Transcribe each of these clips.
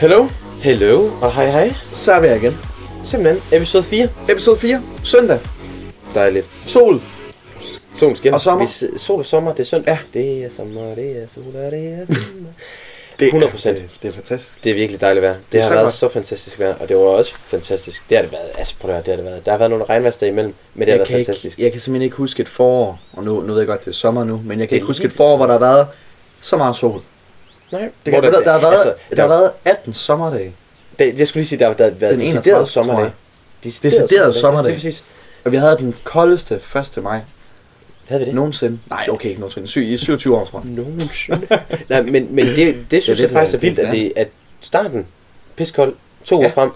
Hello, Hello og hej hej. så er vi her igen. Simpelthen episode 4. Episode 4, søndag, Dejligt. sol. Solen skinner. Og sommer. Vi s- sol og sommer, det er søndag. Ja. Det er sommer, det er sol og det er sommer. Det 100%. Er, det er fantastisk. det er virkelig dejligt vejr. Det, er har så været godt. så fantastisk vejr, og det var også fantastisk. Det har det været. Altså, prøv at høre, det har det været. Der har været nogle regnværsdage imellem, men det har Jeg været kan, fantastisk. ikke, jeg kan simpelthen ikke huske et forår, og nu, nu ved jeg godt, det er sommer nu, men jeg kan Det er ikke huske et helt forår, hvor der har været så meget sol. Nej, det Det kan, der, der, har været, altså, der, der, har været 18 sommerdage. det, jeg skulle lige sige, der har der har været Den 31, decideret tror jeg. sommerdage. Decideret sommerdage. Det er præcis. Og vi havde den koldeste 1. maj Havde vi det? nogensinde. Nej, okay, ikke nogensinde. Syg, I er 27 år, tror jeg. Nogensinde. Nej, men, men det, det synes det, jeg det faktisk er er vildt, vildt, at, det, at starten, piskold, to uger Ja. frem,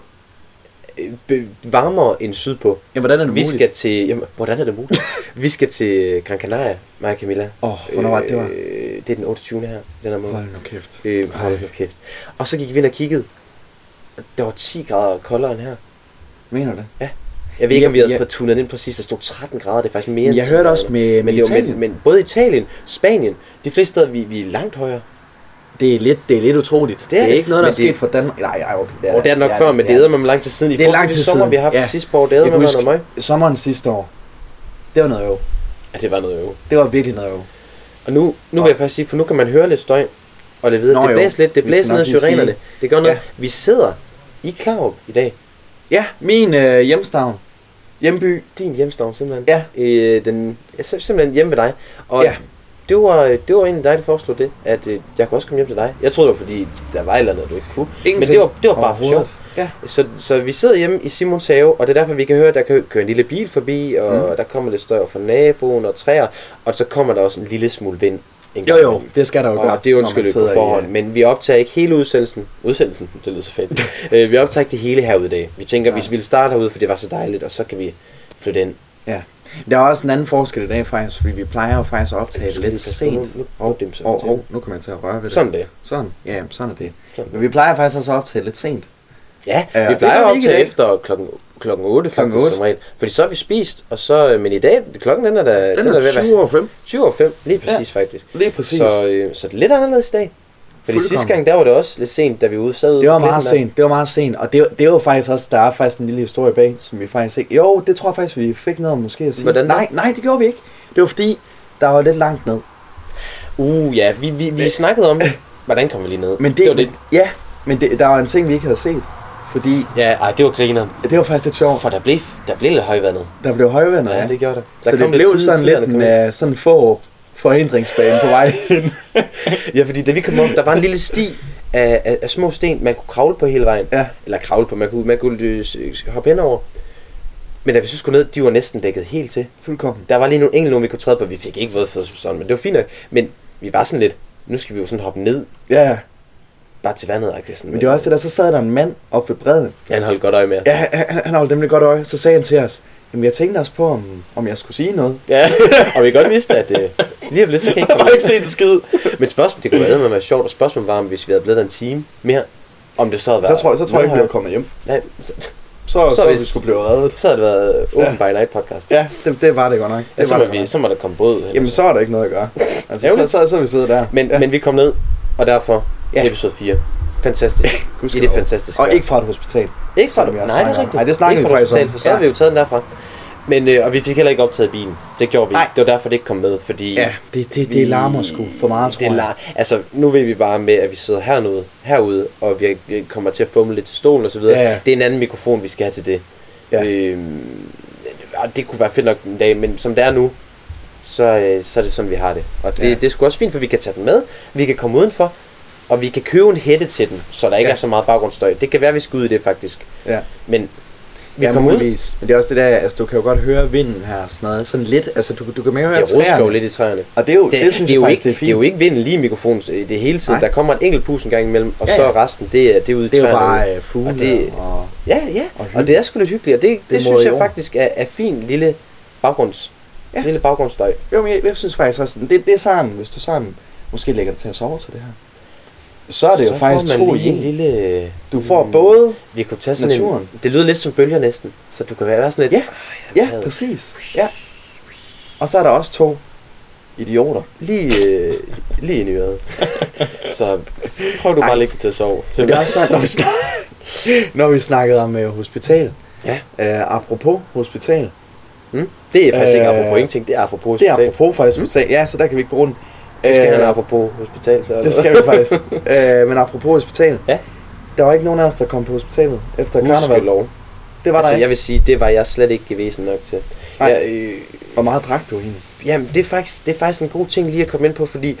øh, be- varmere end sydpå. Jamen, hvordan er det Vi muligt? skal til... Jamen, hvordan er det muligt? vi skal til Gran Canaria, mig og Camilla. Åh, hvornår var det, det var? Øh, det er den 28. her, den her måned. Hold nu kæft. Øh, hold Ej. nu kæft. Og så gik vi ind og kiggede. Der var 10 grader koldere end her. Mener du det? Jeg ved ikke, om vi Ja, havde ja. fået tunet ind præcis. Der stod 13 grader. Det er faktisk mere Men end jeg 10 hørte grader også nu. med, med men, det er jo- men, Italien. men både Italien, Spanien, de fleste steder, vi, vi er langt højere. Det er lidt, det er lidt utroligt. Det er, det er ikke noget, der er sket for Danmark. Nej, nej, okay. Ja, og det er det nok ja, før, men det æder med lang tid siden. I Det er forhold til lang de tid sommer, siden, vi har haft ja. ja. sidste par år, det æder Jeg med kan noget mig. huske, sommeren sidste år, det var noget øv. Ja, det var noget øve. Det var virkelig noget øv. Og nu, nu Nå. vil jeg faktisk sige, for nu kan man høre lidt støj. Og det, videre. Nå, det jo. blæser lidt, det Vi skal blæser nok ned lige i syrenerne. sige- Det gør noget. Ja. Vi sidder i Klarup i dag. Ja, min øh, hjemstavn. Hjemby. Din hjemstavn simpelthen. Ja. Øh, den, ja, sim- simpelthen hjemme ved dig. Og Ja. ja. det, var, det var egentlig dig, der foreslog det, at øh, jeg kunne også komme hjem til dig. Jeg troede, det var fordi, der var et eller andet, du ikke kunne. Men det var, det var bare for sjovt. Ja. Så, så vi sidder hjemme i Simons have, og det er derfor, vi kan høre, at der kø- kører en lille bil forbi, og mm. der kommer lidt støj fra naboen og træer, og så kommer der også en lille smule vind. en Jo gang jo, imellem. det skal der jo gøre. Og det når man undskylder vi sidder på i, forhånd, øh, men vi optager ikke hele udsendelsen. Udsendelsen, det lyder så fedt. øh, vi optager ikke det hele herude i dag. Vi tænker, vi ville starte herude, for det var så dejligt, og så kan vi flytte ind. Ja. Der er også en anden forskel i dag faktisk, fordi vi plejer jo faktisk at optage Du skal lidt lige passe på, nu- sent. nu- nu Og, dimser vi og, til. og, nu kommer jeg til at røre ved det. Sådan det. Sådan, ja, sådan er det. Sådan. Men vi plejer faktisk også at optage lidt sent. Ja, Ja, vi det gør plejer vi at ikke i optage dag. efter klokken, klokken 8, klokken Klokken 8. otte. som regel. Fordi så er vi spist, og så, øh, men i dag, klokken den er da den er ved at være 5. 20 over 5, lige præcis ja. faktisk. Lige præcis. Så, øh, så det er lidt anderledes i dag. Fordi Fuldkommen. sidste gang, der var det også lidt sent, da vi ude sad ude Det var på meget pletten der. sent, det var meget sent, og det, det var faktisk også, der er faktisk en lille historie bag, som vi faktisk ikke, jo, det tror jeg faktisk, vi fik noget om måske at sige. Hvordan da? nej, nej, det gjorde vi ikke. Det var fordi, der var lidt langt ned. Uh ja, vi, vi, vi snakkede om, hvordan kom vi lige ned? Men det, det var det. ja, men det, der var en ting, vi ikke havde set, fordi Ja, ej, det var grineren. det var faktisk lidt sjovt, For der blev, der blev lidt højvandet. der blev højvandet. Ja, det gjorde der. der så det blev tid- sådan lidt tidligere, der en uh, sådan få forhindringsbane på vej ind. kom ind. Ja, fordi da vi kom op, der var en lille sti af, af, af små sten, man kunne kravle på hele vejen. Ja. Eller kravle på, man kunne, man kunne øh, s- hoppe henover. Men da vi så skulle ned, de var næsten dækket helt til. Fuldkommen. Der var lige nogle enkelte nogen, vi kunne træde på. Vi fik ikke vådfødder som sådan, men det var fint nok. Men vi var sådan lidt, nu skal vi jo sådan hoppe ned Ja, ja. bare til vandet. agtigt, Sådan, Men det var også det der, så sad der en mand oppe ved bredden, Ja, han holdt godt øje med os. Ja, han, han- han holdt nemlig godt øje. Så sagde han til os, jamen jeg tænkte også på, om, om jeg skulle sige noget. ja. og vi godt vidste, at øh, lige om lidt, så kan jeg ikke komme. ikke set en skid. Men spørgsmålet, det kunne være, at være sjovt, og spørgsmålet var, om hvis vi havde blevet der en time mere, om det så havde Så været... tror, jeg- så tror jeg ikke, vi noget var kommet hjem. højere. Nej, så, Så, så, så vi hvis- skulle blive reddet. så havde det været Open by Night podcast. Ja, det, det var det godt nok. Det Ja, så, var må det godt vi, nok. så må der komme båd. hen. Jamen så er der ikke noget at gøre. Altså, så, Ærgerligt. så, så, er vi siddet der. men, ja. men vi kom ned, og derfor Ja. episode 4. Fantastisk. I det gudskelov. fantastiske Og vejr. ikke fra et hospital. Ikke fra det. Som vi Nej, også det er snakker om. rigtigt. Nej, det snakker ikke vi fra faktisk om. hospitalet, for så havde Ja. vi jo taget den derfra. Men, øh, og vi fik heller ikke optaget bilen. Det gjorde vi Nej. ikke. Det var derfor, det ikke kom med, fordi... det, det, vi- det jeg. lar- altså, nu ved vi bare med, at vi sidder hernede, herude, og vi vi kommer til at fumle lidt til stolen og så videre. Ja, ja. Det er en anden mikrofon, vi skal have til det. Ja. Øhm, og det kunne være fedt nok en dag, men som det er nu, så, øh, så er det sådan, vi har det. Og det, Ja. ja. det er sgu også fint, for vi kan tage den med, vi kan komme udenfor, og vi kan købe en hætte til den, så der ikke Ja. ja. er så meget baggrundsstøj. Det kan være, vi skal ud i det faktisk. Ja. Men vi Ja, ja, kommer ud, det muligvis. Men det er også det der, altså du kan jo godt høre vinden her og sådan noget. Sådan lidt, altså du, du kan mere høre rusker jo træerne. lidt i træerne. Og det er jo, det, Det, det synes det, er jeg jo faktisk, ikke, det er fint. det er jo ikke vinden lige i mikrofonen øh, det er hele tiden. Nej. Der kommer et enkelt pus en gang imellem, og Ja, ja, så ja. er resten, det er, det er ude i det er jo træerne. bare øh, fugle og, Og det- og Ja, ja, Og og, hyggeligt. det er sgu lidt hyggeligt, og det, det, Det det må synes i jeg år. faktisk er, er fin lille baggrunds, Ja. ja. lille baggrundsstøj. Jo, men jeg, jeg synes faktisk også, det, det er sådan, hvis du sådan måske lægger dig til at sove til det her. så er det jo så faktisk får man to lige i en en. lille... Du får mm. både... Vi kunne tage sådan Naturen. en... Det lyder lidt som bølger næsten. Så du kan være sådan lidt... Ja. "Ah, jeg Ja, hader præcis. Ja. Og så er der også to idioter. Lige, øh, lige ind i øret. Så prøv du bare at lægge dig til at sove. Så Men det er også sagt, når vi, snak... når vi snakkede om øh, hospital. Ja. Øh, apropos hospital. Mm? Det er faktisk øh, ikke Øh, apropos ingenting, det er apropos Det er hospital. apropos faktisk hospital. Ja, så der kan vi ikke bruge den. Mm. Det skal Øh, han apropos hospital, så. Det skal vi faktisk. øh, men apropos hospital. Ja. Der var ikke nogen af os, der kom på hospitalet efter karneval. Gudskelov. Det var der Altså, ikke. jeg vil sige, det var jeg slet ikke gevæsen nok til. Nej. Jeg, øh, Hvor meget drak du egentlig? jamen, det er, faktisk, det er faktisk en god ting lige at komme ind på, fordi Du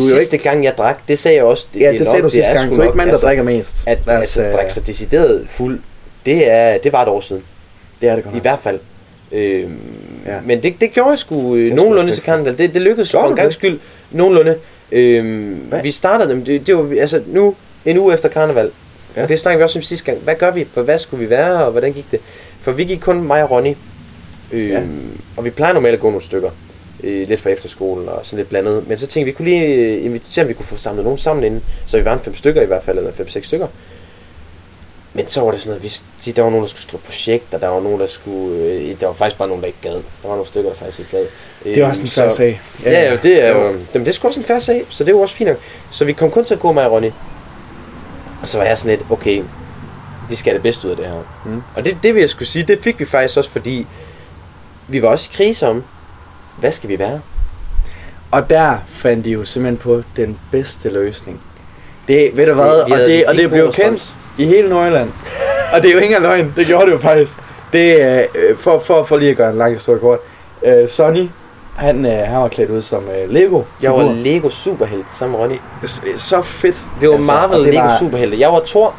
du er jo sidste ikke... gang jeg drak, det sagde jeg også. Ja, er det sagde nok- du sidste er gang. sgu Du er nok- ikke mand, der altså, drikker mest. At Lad os, altså, øh, drikke sig decideret fuld, det, er, det var et år siden. Det er det godt. I nok. hvert fald. Øhm, Ja. ja. Men det, det gjorde jeg sgu øh, sgu nogenlunde til respekt. Kanadal. Det, det lykkedes Gjorde for en du gang det? skyld nogenlunde. Øhm, Hvad? vi startede dem. Det, det var, vi- altså nu, en uge efter karneval. Ja. Ja. Og det snakkede vi også om sidste gang. Hvad gør vi? For hvad skulle vi være? Og hvordan gik det? For vi gik kun mig og Ronny. Øhm, Ja. ja. Og vi plejer normalt at gå nogle stykker. Øh, lidt fra efterskolen og sådan lidt blandet. Men så tænkte vi, vi kunne lige øh, invitere, se om vi kunne få samlet nogen sammen inden. Så vi var en fem stykker i hvert fald, eller fem-seks stykker. Men så var det sådan noget, hvis de, der var nogen, der skulle skrive projekter, der var nogen, der skulle... Øh, der var faktisk bare nogen, der ikke gad. Der var nogle stykker, der faktisk ikke gad. Øh, Det er også en fair sag. Ja, ja, det er jo... Jamen, det er sgu også en færre sag, så det er jo også fint nok. Så vi kom kun til at gå med Ronny. Og så var jeg sådan lidt, okay, vi skal have det bedste ud af det her. Mm. Mm. Og det, det vil jeg skulle sige, det fik vi faktisk også, fordi vi var også i krise om, hvad skal vi være? Og der fandt de jo simpelthen på den bedste løsning. Det, ved du hvad, vi og havde- vi det, og fik det god blev kendt respons. i hele Nordjylland. og det er jo ikke engang løgn, det gjorde det jo faktisk. Det, er, øh, for, for, for lige at gøre en lang historie kort. Øh, Sonny, han, øh, han var klædt ud som øh, Lego. Jeg var Lego superhelt sammen med Ronny. så fedt. Vi var altså, Altså, og Marvel det Lego var- superhelte. Jeg var Thor,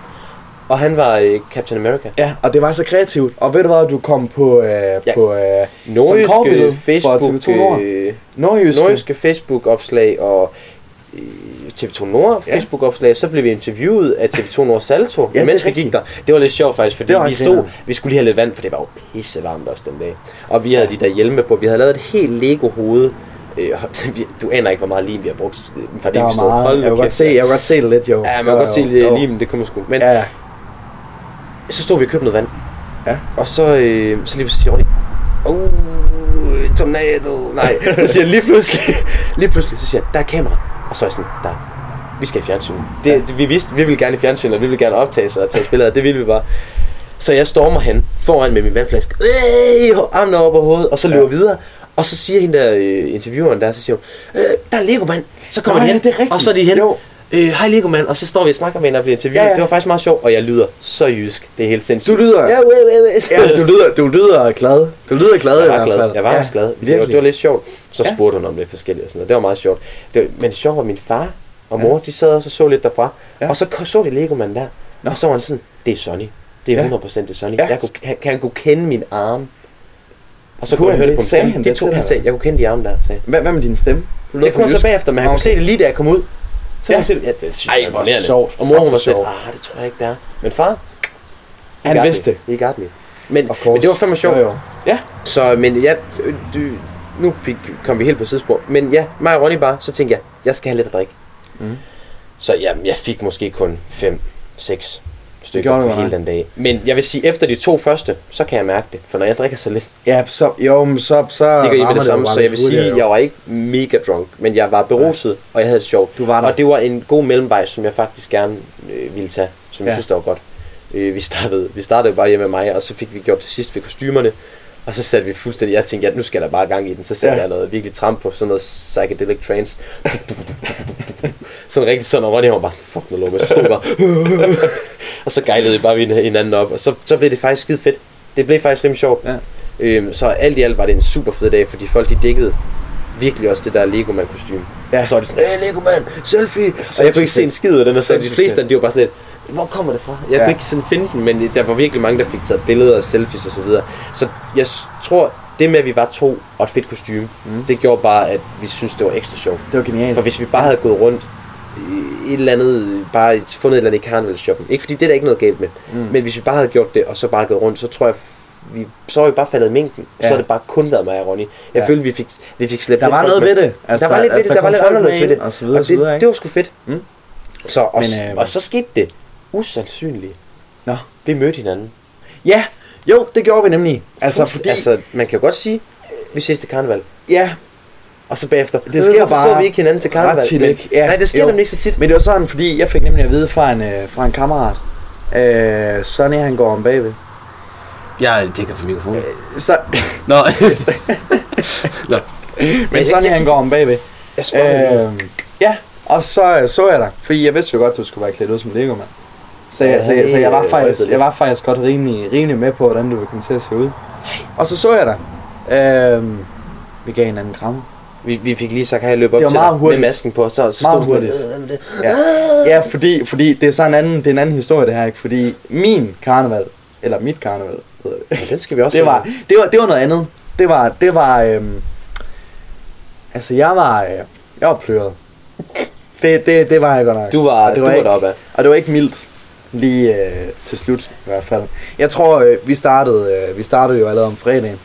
og han var øh, Captain America. Ja, og det var så kreativt. Og ved du hvad, du kom på, øh, ja. på øh, korbillede Nordiske fra øh, Facebook, TV2 Nord. øh, nordjyske. nordiske Facebook-opslag og øh, TV2 Nord Ja. Facebook-opslag, så blev vi interviewet af TV2 Nord Salto, Ja, ja, det mens er vi rigtigt. gik der. Det var lidt sjovt faktisk, fordi Det var vi ikke stod, grineren. vi skulle lige have lidt vand, for det var jo pissevarmt også den dag. Og vi havde de der hjelme på, vi havde lavet et helt Lego-hoved. Øh, og vi- du aner ikke, hvor meget lim vi har brugt, øh, fordi Der vi var stod. meget. Hold nu Jeg kunne godt kæft, se, jeg kunne godt se det lidt, jo. Ja, man kan Jo, godt se jo, det jo. limen, det kunne man sgu. Men Ja, ja. så stod vi og købte noget vand. Ja. Og så, øh, så lige pludselig siger Ronny, oh, tornado, nej. Så siger han lige pludselig, lige pludselig, så siger han, der er kamera. Og så er jeg sådan, der, vi skal i fjernsyn. Det, Ja. det, vi vidste, vi ville gerne i fjernsyn, og vi ville gerne optage og tage billeder, det ville vi bare. Så jeg stormer han foran med min vandflaske, øh, armene op over hovedet, og så løber Ja. videre. Og så siger hende der, øh, intervieweren der, så siger hun, øh, der er Lego mand. Så kommer Nå, de ja, hen, det er rigtigt. og så er de hen. Jo. Øh, hej Lego mand, og så står vi og snakker med hende og bliver interviewet. Ja, Ja, ja. ja. Det var faktisk meget sjovt, og jeg lyder så jysk. Det er helt sindssygt. Du lyder- Ja, uæ, uæ, uæ. Ja, du lyder, du lyder glad. Du lyder glad i jeg var hvert glad. fald. Jeg var ja, også glad. Det var, virkelig. det var lidt sjovt. Så Ja. spurgte hun om det forskellige og sådan noget. Det var meget sjovt. Det var, men det sjove var, at min far og mor, de sad også og så lidt derfra. Ja. Og så k- så de Legomanden der. Nå. Og så var han sådan, det er Sonny. Det Ja. er 100% det er Sonny. Ja. Jeg kunne, han, han kunne kende min arm. Og så Kunne kunne jeg han høre det? det på Sagde mig. han Det, det det tog til han dig? sagde, jeg kunne kende de arme der, sagde han. Hvad, hvad med din stemme? Du lyder Det kunne han for så jysk. bagefter, men han Nå, kunne se det lige da jeg kom ud. Så ja. kunne Ja. han se det. Ja, det synes Ej, jeg er hvor imponerende. sjovt. Og mor hun var Fuck, sådan hvor lidt, ah, det tror jeg ikke, det er. Men far, he Han got vidste det. Me. He got me. Men, Of course. men det var fandme sjovt. Jo, jo. Ja. Så, men ja, øh, du, nu fik, kom vi helt på sidespor. Men ja, mig og Ronny bare, så tænkte jeg, jeg skal have lidt at drikke. Mm. Så ja, jeg fik måske kun 5-6 stykker gjorde på du hele bare. den dag. Men jeg vil sige, efter de to første, så kan jeg mærke det. For når jeg drikker så lidt, Ja, så, jo, men så, så ligger i rammer med det samme, jo så jeg vil aldrig sige, hurtigere, jo. jeg var ikke mega drunk, men jeg var beruset, og jeg havde det sjovt. Du var der. Og det var en god mellemvej, som jeg faktisk gerne øh, ville tage, som ja. Ja. jeg synes, det var godt. Øh, vi, startede, vi startede jo bare hjemme med mig, og så fik vi gjort det sidste ved kostymerne, og så satte vi fuldstændig, jeg tænkte, ja, nu skal der bare gang i den, så satte Ja. ja. jeg noget virkelig tramp på, sådan noget psychedelic trance. sådan rigtig sådan, og Ronny han var bare sådan, fuck nu Lomme, så stod jeg bare, og så gejlede vi bare hinanden op, og så, så blev det faktisk skide fedt. Det blev faktisk rimelig sjovt. Ja. Øhm, så alt i alt var det en super fed dag, fordi folk de dækkede virkelig også det der Lego man kostume. Ja. Ja. Og så var det sådan, hey Lego man, selfie. Og jeg Sindssygt kunne ikke se en fedt. skid af den, og så de Sindssygt fleste fedt. af dem, de var bare sådan lidt, hvor kommer det fra? Jeg Ja. ja. kunne ikke sådan finde den, men der var virkelig mange, der fik taget billeder og selfies og så videre. Så jeg s- tror, det med, at vi var to og et fedt kostume, Mm. mm. det gjorde bare, at vi synes det var ekstra sjovt. Det var genialt. For hvis vi bare havde gået rundt i et eller andet, bare fundet et eller andet i karnevalsshoppen, ikke fordi det er der ikke noget galt med, Mm. mm. men hvis vi bare havde gjort det, og så bare gået rundt, så tror jeg, vi, så er vi bare faldet i mængden, og Ja. så har det bare kun været mig og Ronny. Jeg Ja. ja. følte, vi fik, vi fik slæbt der lidt var folk noget med. ved det. Altså, der, var lidt ved det, der, var kom lidt folk anderledes med ved det. ind, Og så videre, og og så videre, det, det var sgu fedt. Mm. Så, og, Men, Men, øh, øh, og så skete det usandsynligt. Nå. Vi mødte hinanden. Ja, jo, det gjorde vi nemlig. Altså, fordi... Altså, altså man kan jo godt sige, vi ses til karneval. ja, Og så bagefter, Det sker "Øh, hvorfor bare så vi ikke hinanden til ret karneval. tit, Men- ikke? Ja, nej, det sker jo. nemlig ikke så tit. Men det var sådan, fordi jeg fik nemlig at vide fra en, øh, fra en kammerat, øh, Sonny han går om bagved. Jeg tænker for mikrofonen. Øh. Så, Nå. Nå. men Sonny han går om bagved. Jeg spørger øh, Øh, ja, og så øh, så jeg dig, fordi jeg vidste jo godt, du skulle være klædt ud som Lego, mand. Så, jeg, så, jeg, så jeg, var Øh, faktisk, røgte jeg var faktisk godt rimelig, rimelig med på, hvordan du ville komme til at se ud. Og så så jeg dig. Øh, vi gav hinanden en krammer. vi, vi fik lige sagt, at jeg løb op Det var til meget dig hurtigt. med masken på, og så, så stod Meget du sådan, "Øh, hurtigt. Ja, ja fordi, fordi det er så en anden, det er en anden historie det her, ikke? Fordi min karneval, eller mit karneval, hedder det. "Øh, Den skal vi også det se." var, det var, det var noget andet. Det var, det var, øhm, altså jeg var, øh, jeg var pløret. Det, det, det var jeg godt nok. Du var, Og det det var, du var ikke, deroppe af. og det var ikke mildt lige øh, til slut i hvert fald. Jeg tror, øh, vi, startede, øh, vi startede jo allerede om fredagen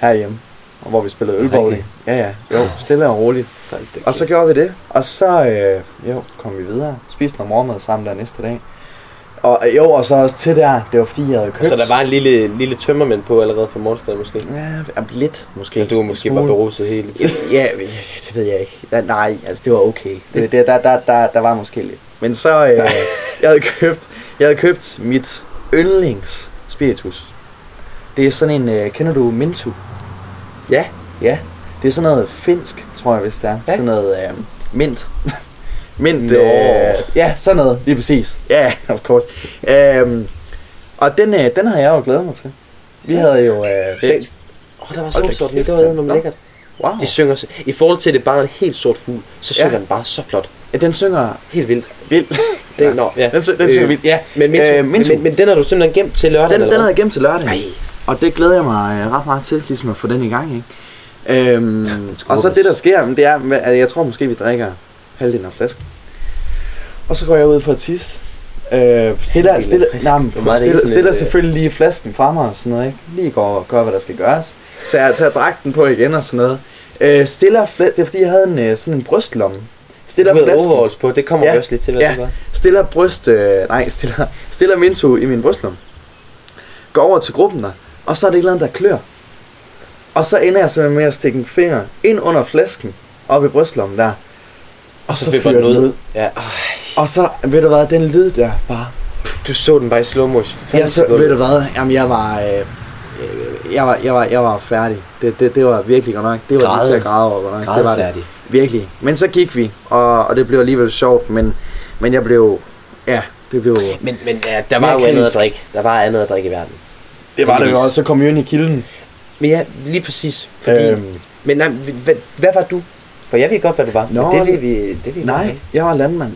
herhjemme, og hvor vi spillede ølbowling. Ja, ja. Jo, stille og roligt. Og så gjorde vi det. Og så øh, jo, kom vi videre. Spiste noget morgenmad sammen der næste dag. Og øh, jo, og så også til der, det var fordi, jeg havde købt. så der var en lille, lille tømmermænd på allerede fra morgenstad måske. Ja, jamen, lidt måske. Eller du var måske En bare smule. beruset hele tiden. Ja, øh, det ved jeg ikke. Ja, nej, altså det var okay. Det, det, der, der, der, der var måske lidt. Men så, øh, jeg, havde købt, jeg havde købt mit yndlings spiritus. Det er sådan en, øh, kender du Mintu? Ja. Ja, det er sådan noget finsk, tror jeg, hvis det er. Ja. Sådan noget øh, mint. mint, Nå. øh, ja, sådan noget, lige præcis. Ja, yeah, of course. Øhm, og den, øh, den havde jeg jo glædet mig til. Vi havde jo... Øh, den, Åh, der var Hold da solsorten i, kæft, det var mand. eddermame Nå. lækkert. wow. De synger, så- i forhold til at det bare er en helt sort fugl, så Ja. synger den bare så flot. Den synger Helt vildt. vildt. Det, ja. Nå, ja. Den, sy- den synger Øh, vildt, ja. Men, min, Øh, øh, min min, tur. men, men, den har du simpelthen gemt til lørdag? Den, den eller havde hvad? jeg gemt til lørdag. Ej. Og det glæder jeg mig øh, ret meget til, ligesom at få den i gang, ikke? Øhm, og så håbes. det, der sker, men det er, at jeg tror måske, vi drikker halvdelen af flasken. Og så går jeg ud for at tisse. Øh, stiller, af stiller, flasken. nej, men, Hvor meget er det stiller, sådan stiller et, øh, selvfølgelig lige flasken fra mig og sådan noget, ikke? Lige går og gør, hvad der skal gøres. Tager, tager dragten på igen og sådan noget. Øh, stiller fla- det er fordi, jeg havde en, øh, sådan en brystlomme. Stiller Du havde flasken. overalls på, det kommer Ja. vi også lidt til, hvad Ja. det var. Stiller bryst... Øh, nej, stiller, stiller Minto i min brystlum. Går over til gruppen der, og så er det et eller andet, der klør. Og så ender jeg simpelthen med at stikke en finger ind under flasken, op i brystlommen der. Og så, fik fyrer den den ud. Ja. Og så, ved du hvad, den lyd der bare... Du så den bare i slow motion. Fandme Jeg så, godt. ved du hvad, jamen jeg var... Øh, øh, jeg var, jeg, var, jeg var færdig. Det, det, det var virkelig godt nok. Det var lige Græde. til at græde over, godt nok. det var det. Grædfærdig. Virkelig. Men så gik vi, og, og det blev alligevel sjovt, men, men jeg blev... Ja, det blev... Men, men ja, der var Mere jo andet at kritisk. drikke. Der var andet at drikke i verden. Det var det jo også. Så kom vi ind i kilden. Men ja, lige præcis. Fordi, Øhm. øhm. Men nej, hvad, hvad var du? For jeg ved godt, hvad du var. Nå, men det ved vi, det ved vi Nej, ikke. jeg var landmand.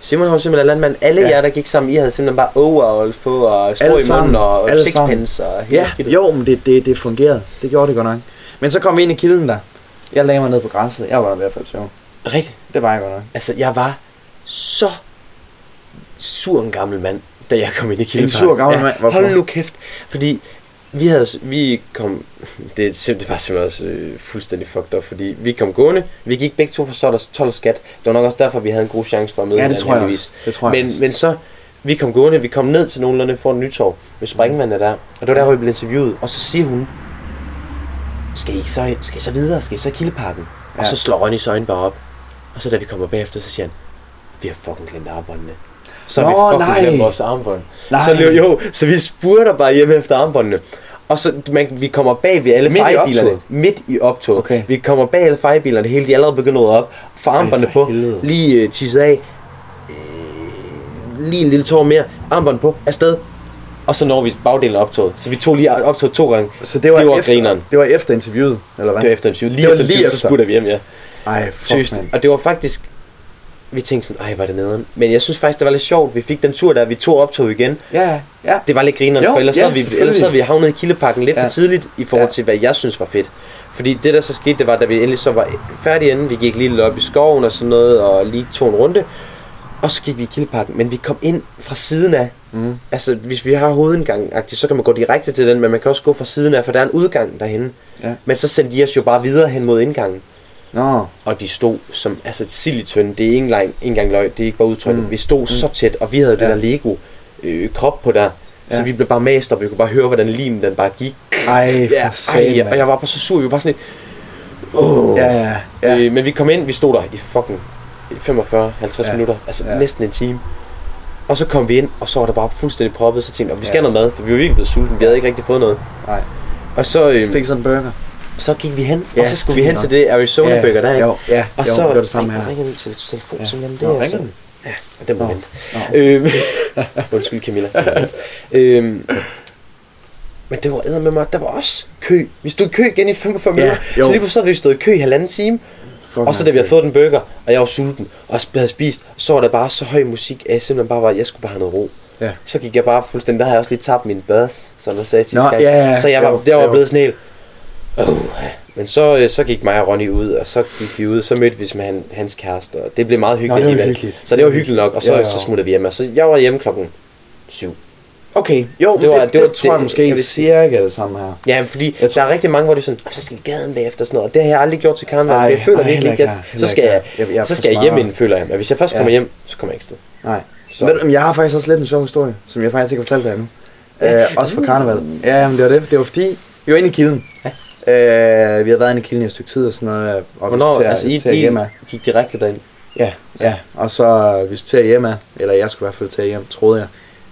Simon har jo simpelthen landmand. Alle Ja. ja. jer, der gik sammen, I havde simpelthen bare overalls på og strå i Alle munden sammen. og Alle sixpence og hele Ja, skidtet. jo, men det, det, det fungerede. Det gjorde det godt nok. Men så kom vi ind i kilden der. Jeg lagde mig ned på græsset. Jeg var i hvert fald sjov. Rigtigt. Det var jeg godt nok. Altså, jeg var så sur en gammel mand, da jeg kom ind i Kildepark. sur gammel mand? Hvorfor? Hold nu kæft. Fordi vi havde, vi kom, det, er simp- det var simpelthen også øh, fuldstændig fucked up, fordi vi kom gående, vi gik begge to for 12 og- 12 skat. Det var nok også derfor, vi havde en god chance for at møde Ja, det hinanden, tror jeg heldigvis. også. Det tror jeg men, også. men så, vi kom gående, vi kom ned til nogenlunde for en nytorv, ved springvandet der, og det var der, hvor vi blev interviewet, og så siger hun, skal I så, skal I så videre, skal I så i Kildeparken? Ja. Og Ja. så slår Ronnys øjne bare op, og så da vi kommer bagefter, så siger han, vi har fucking glemt armbåndene. Så har vi Nå, fucking nej. glemt vores armbånd. Nej. Så, løb- jo, så vi spurter bare hjem efter armbåndene. Og så man, vi kommer bag ved alle Midt i fejebilerne. optoget? Midt i optoget. Okay. Vi kommer bag alle fejebilerne. Hele de er allerede begyndt at rydde op. Får armbåndene for på. helvede. Lige øh, tisset af. Øh, lige en lille tår mere. Armbånd på. Afsted. Og så når vi bagdelen af optoget. Så vi tog lige optoget to gange. Så det var, det var efter, grineren. det var efter interviewet, eller hvad? Det var efter en syv. Lige Det var efter, lige lige efter. så efter. spurgte vi hjem, ja. Ej, fuck, Seriøst. man. Og det var faktisk... Vi tænkte sådan, ej, var det nederen. Men jeg synes faktisk, det var lidt sjovt. Vi fik den tur der, vi tog optog igen. Ja, ja. Det var lidt grineren, Jo, for ellers, ja, ja, havde vi, selvfølgelig. ellers havde vi havnet i kildepakken lidt Ja. ja. for tidligt i forhold Ja. ja. til, hvad jeg synes var fedt. Fordi det, der så skete, det var, da vi endelig så var færdige inden, vi gik lige lidt op i skoven og sådan noget, og lige tog en runde, og så gik vi i kildepakken, men vi kom ind fra siden af. Mm. Altså, hvis vi har hovedindgangen, så kan man gå direkte til den, men man kan også gå fra siden af, for der er en udgang derhen. Ja. Men så sendte de os jo bare videre hen mod indgangen. Nå, og de stod som, altså silitønde, det er ikke engang, ikke engang løg, det er ikke bare udtryk. Mm. Mm. Vi stod mm. så tæt, og vi havde jo det Ja. der Lego øh, krop på der, så Ja. vi blev bare mast op, vi kunne bare høre, hvordan limen den bare gik. ej, for Ja, satan, ej, og mand. jeg var bare så sur, vi var bare sådan lidt, åh. Ja, ja, ja. Øh, men vi kom ind, vi stod der i fucking 45-50 Ja. ja. minutter, altså Ja. ja. næsten en time. Og så kom vi ind, og så var der bare fuldstændig proppet, så tænkte jeg, "Nå, vi skal Ja. ja. noget mad, for vi var virkelig blevet sultne, vi havde ikke rigtig fået noget. Nej. Og så, øh, Fik sådan en burger. så gik vi hen, øhm, Ja, og så skulle vi tænker hen nok. til det Arizona Burger der, ikke? Jo, ja, Og jo, så det var det samme her. Jeg ringer min tele- telefon, Ja. ja. simpelthen. Nå, Det er ringer altså... den? Ja, og den Nå. må vente. Øhm, undskyld Camilla. øhm, men det var æder med mig, der var også kø. Vi stod i kø igen i 45 Ja, minutter. jo. så lige pludselig havde vi stået i kø i halvanden time. Fuck, Og så da vi havde fået den burger, og jeg var sulten, og sp- havde spist, så var der bare så høj musik, at jeg simpelthen bare var, jeg skulle bare have noget ro. Ja. Så gik jeg bare fuldstændig, der havde jeg også lige tabt min buzz, som jeg sagde sidste Nå, gang. ja, ja, så jeg var, jo, der var jo. blevet sådan helt, oh. Men så, øh, så gik mig og Ronny ud, og så gik vi ud, så mødte vi med han, hans kæreste, og det blev meget hyggeligt Nå, det var alligevel. hyggeligt. Så det var hyggeligt nok, og så, Ja, ja, ja. ja. så smuttede vi hjem, og så jeg var hjemme klokken 7. Okay, jo, det, Det var- det, det det, var- tror jeg det- måske jeg vil sige- cirka det samme her. Ja, men fordi Jeg jeg tror- tror, der er rigtig mange, hvor de er sådan, "Åh, så skal vi i gaden bagefter og sådan noget, og det har jeg aldrig gjort til karneval, Ej, for jeg føler ej, heller virkelig ikke ikke, at her, så heller skal ikke jeg, her. Jeg- jeg er så for skal jeg hjem smadret. inden, føler jeg. Men hvis jeg først kommer Ja. hjem, så kommer jeg ikke sted. Nej. Så. Så- Ved du, men jeg har faktisk også lidt en sjov historie, som jeg faktisk ikke har fortalt dig endnu. Øh, også for karneval. Uh. Ja, men det var det. Det var fordi, vi var inde i kilden. Ja. Øh, vi havde været inde i kilden i et stykke tid og sådan noget. Og vi Hvornår, skulle til at- altså, I, til at hjem af. I gik direkte derind. Ja, ja. Og så øh, vi skulle tage hjem af, eller jeg skulle i hvert fald tage hjem, troede jeg.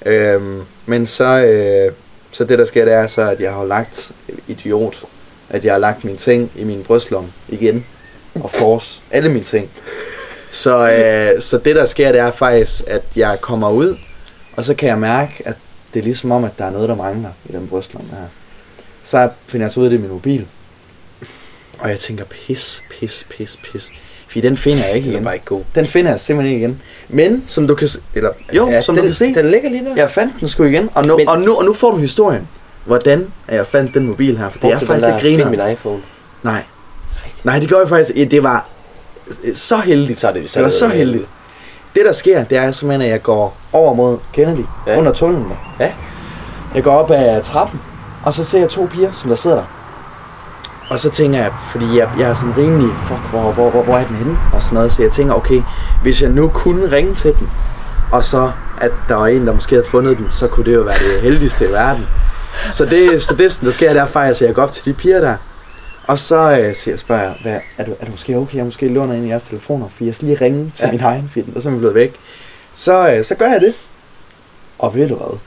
Øhm, men så, øh, så det der sker, det er så, at jeg har jo lagt, idiot, at jeg har lagt mine ting i min brystlomme igen. Of course. Alle mine ting. Så, øh, så det der sker, det er faktisk, at jeg kommer ud, og så kan jeg mærke, at det er ligesom om, at der er noget, der mangler i den brystlomme her. Så finder jeg så ud af det i min mobil. Og jeg tænker, pis, pis, pis, pis. Fordi den finder jeg ikke Den igen. er bare ikke god. Den finder jeg simpelthen ikke igen. Men som du kan se, eller jo, ja, som den, du kan se, den, Den ligger lige der. jeg fandt den sgu igen, og nu, Men, Men- og, nu, og nu får du historien. Hvordan at jeg fandt den mobil her, for det er faktisk det griner. min iPhone. Nej. Nej, det gør jeg faktisk. ikke. Det var øh, så heldigt. Så er det- så det er var det så med- heldigt. Det der sker, det er simpelthen, at jeg går over mod Kennedy, ja. Ja. under tunnelen der. Ja. Jeg går op ad trappen, og så ser jeg to piger, som der sidder der. Og så tænker jeg, fordi jeg, jeg er sådan rimelig, fuck, hvor, hvor, hvor, hvor er den henne? Og sådan noget, så jeg tænker, okay, hvis jeg nu kunne ringe til dem, og så, at der var en, der måske havde fundet den, så kunne det jo være det heldigste i verden. Så det, så det, sådan, der sker, det er faktisk, at jeg går op til de piger der, og så øh, siger jeg, spørger jeg, hvad, er, du, er du måske okay, jeg måske låner en af jeres telefoner, for jeg skal lige ringe til ja. min egen film, og så er vi blevet væk. Så, øh, så gør jeg det. Og ved du hvad?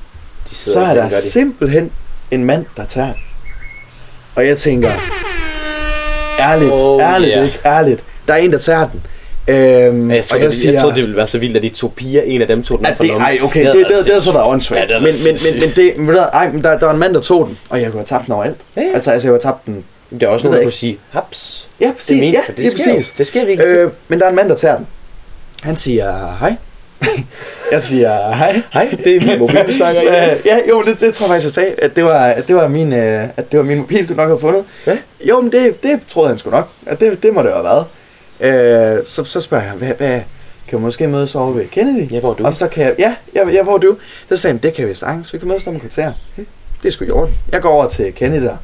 De sidder Så ikke, er den der gør de. simpelthen en mand, der tager den. Og jeg tænker, ærligt, oh, Oh, ærligt, yeah. yeah. ikke, ærligt. Der er en, der tager den. Øhm, Jeg, tror, og jeg, det, jeg troede, det ville være så vildt, at de to piger, en af dem tog den Ja, op fra det, lommen. ej, okay, det, havde det, været det, det, er så sindssygt. været åndssvagt. Ja, det men, er men, men, sindssygt. men, det, men, ved du hvad, ej, men der, der var en mand, der tog den, og jeg kunne have tabt den overalt. Ja, ja. Altså, altså, jeg kunne have tabt den. det er også det ved nogen, der jeg kunne sige, haps. Ja, præcis. ment, ja, for det lige sker jo. præcis. Det sker virkelig. Øh, men der er en mand, der tager den. Han siger hej. jeg siger hej. Hej, det er min mobil, vi snakker i. Øh, ja, jo, det, det tror jeg faktisk, jeg sagde, at det var, at det var, min, øh, at det var min mobil, du nok havde fundet. Ja. Jo, men det, det troede han sgu nok, at det, det må det jo have været. Øh, så, så spørger jeg ham, hvad, hvad, kan vi måske mødes over ved Kennedy? Ja, hvor er du? Og så kan jeg, ja, ja, ja hvor er du? Så sagde han, det kan vi sagtens, vi kan mødes om et kvarter. Hm. Det er sgu i orden. Jeg går over til Kennedy der.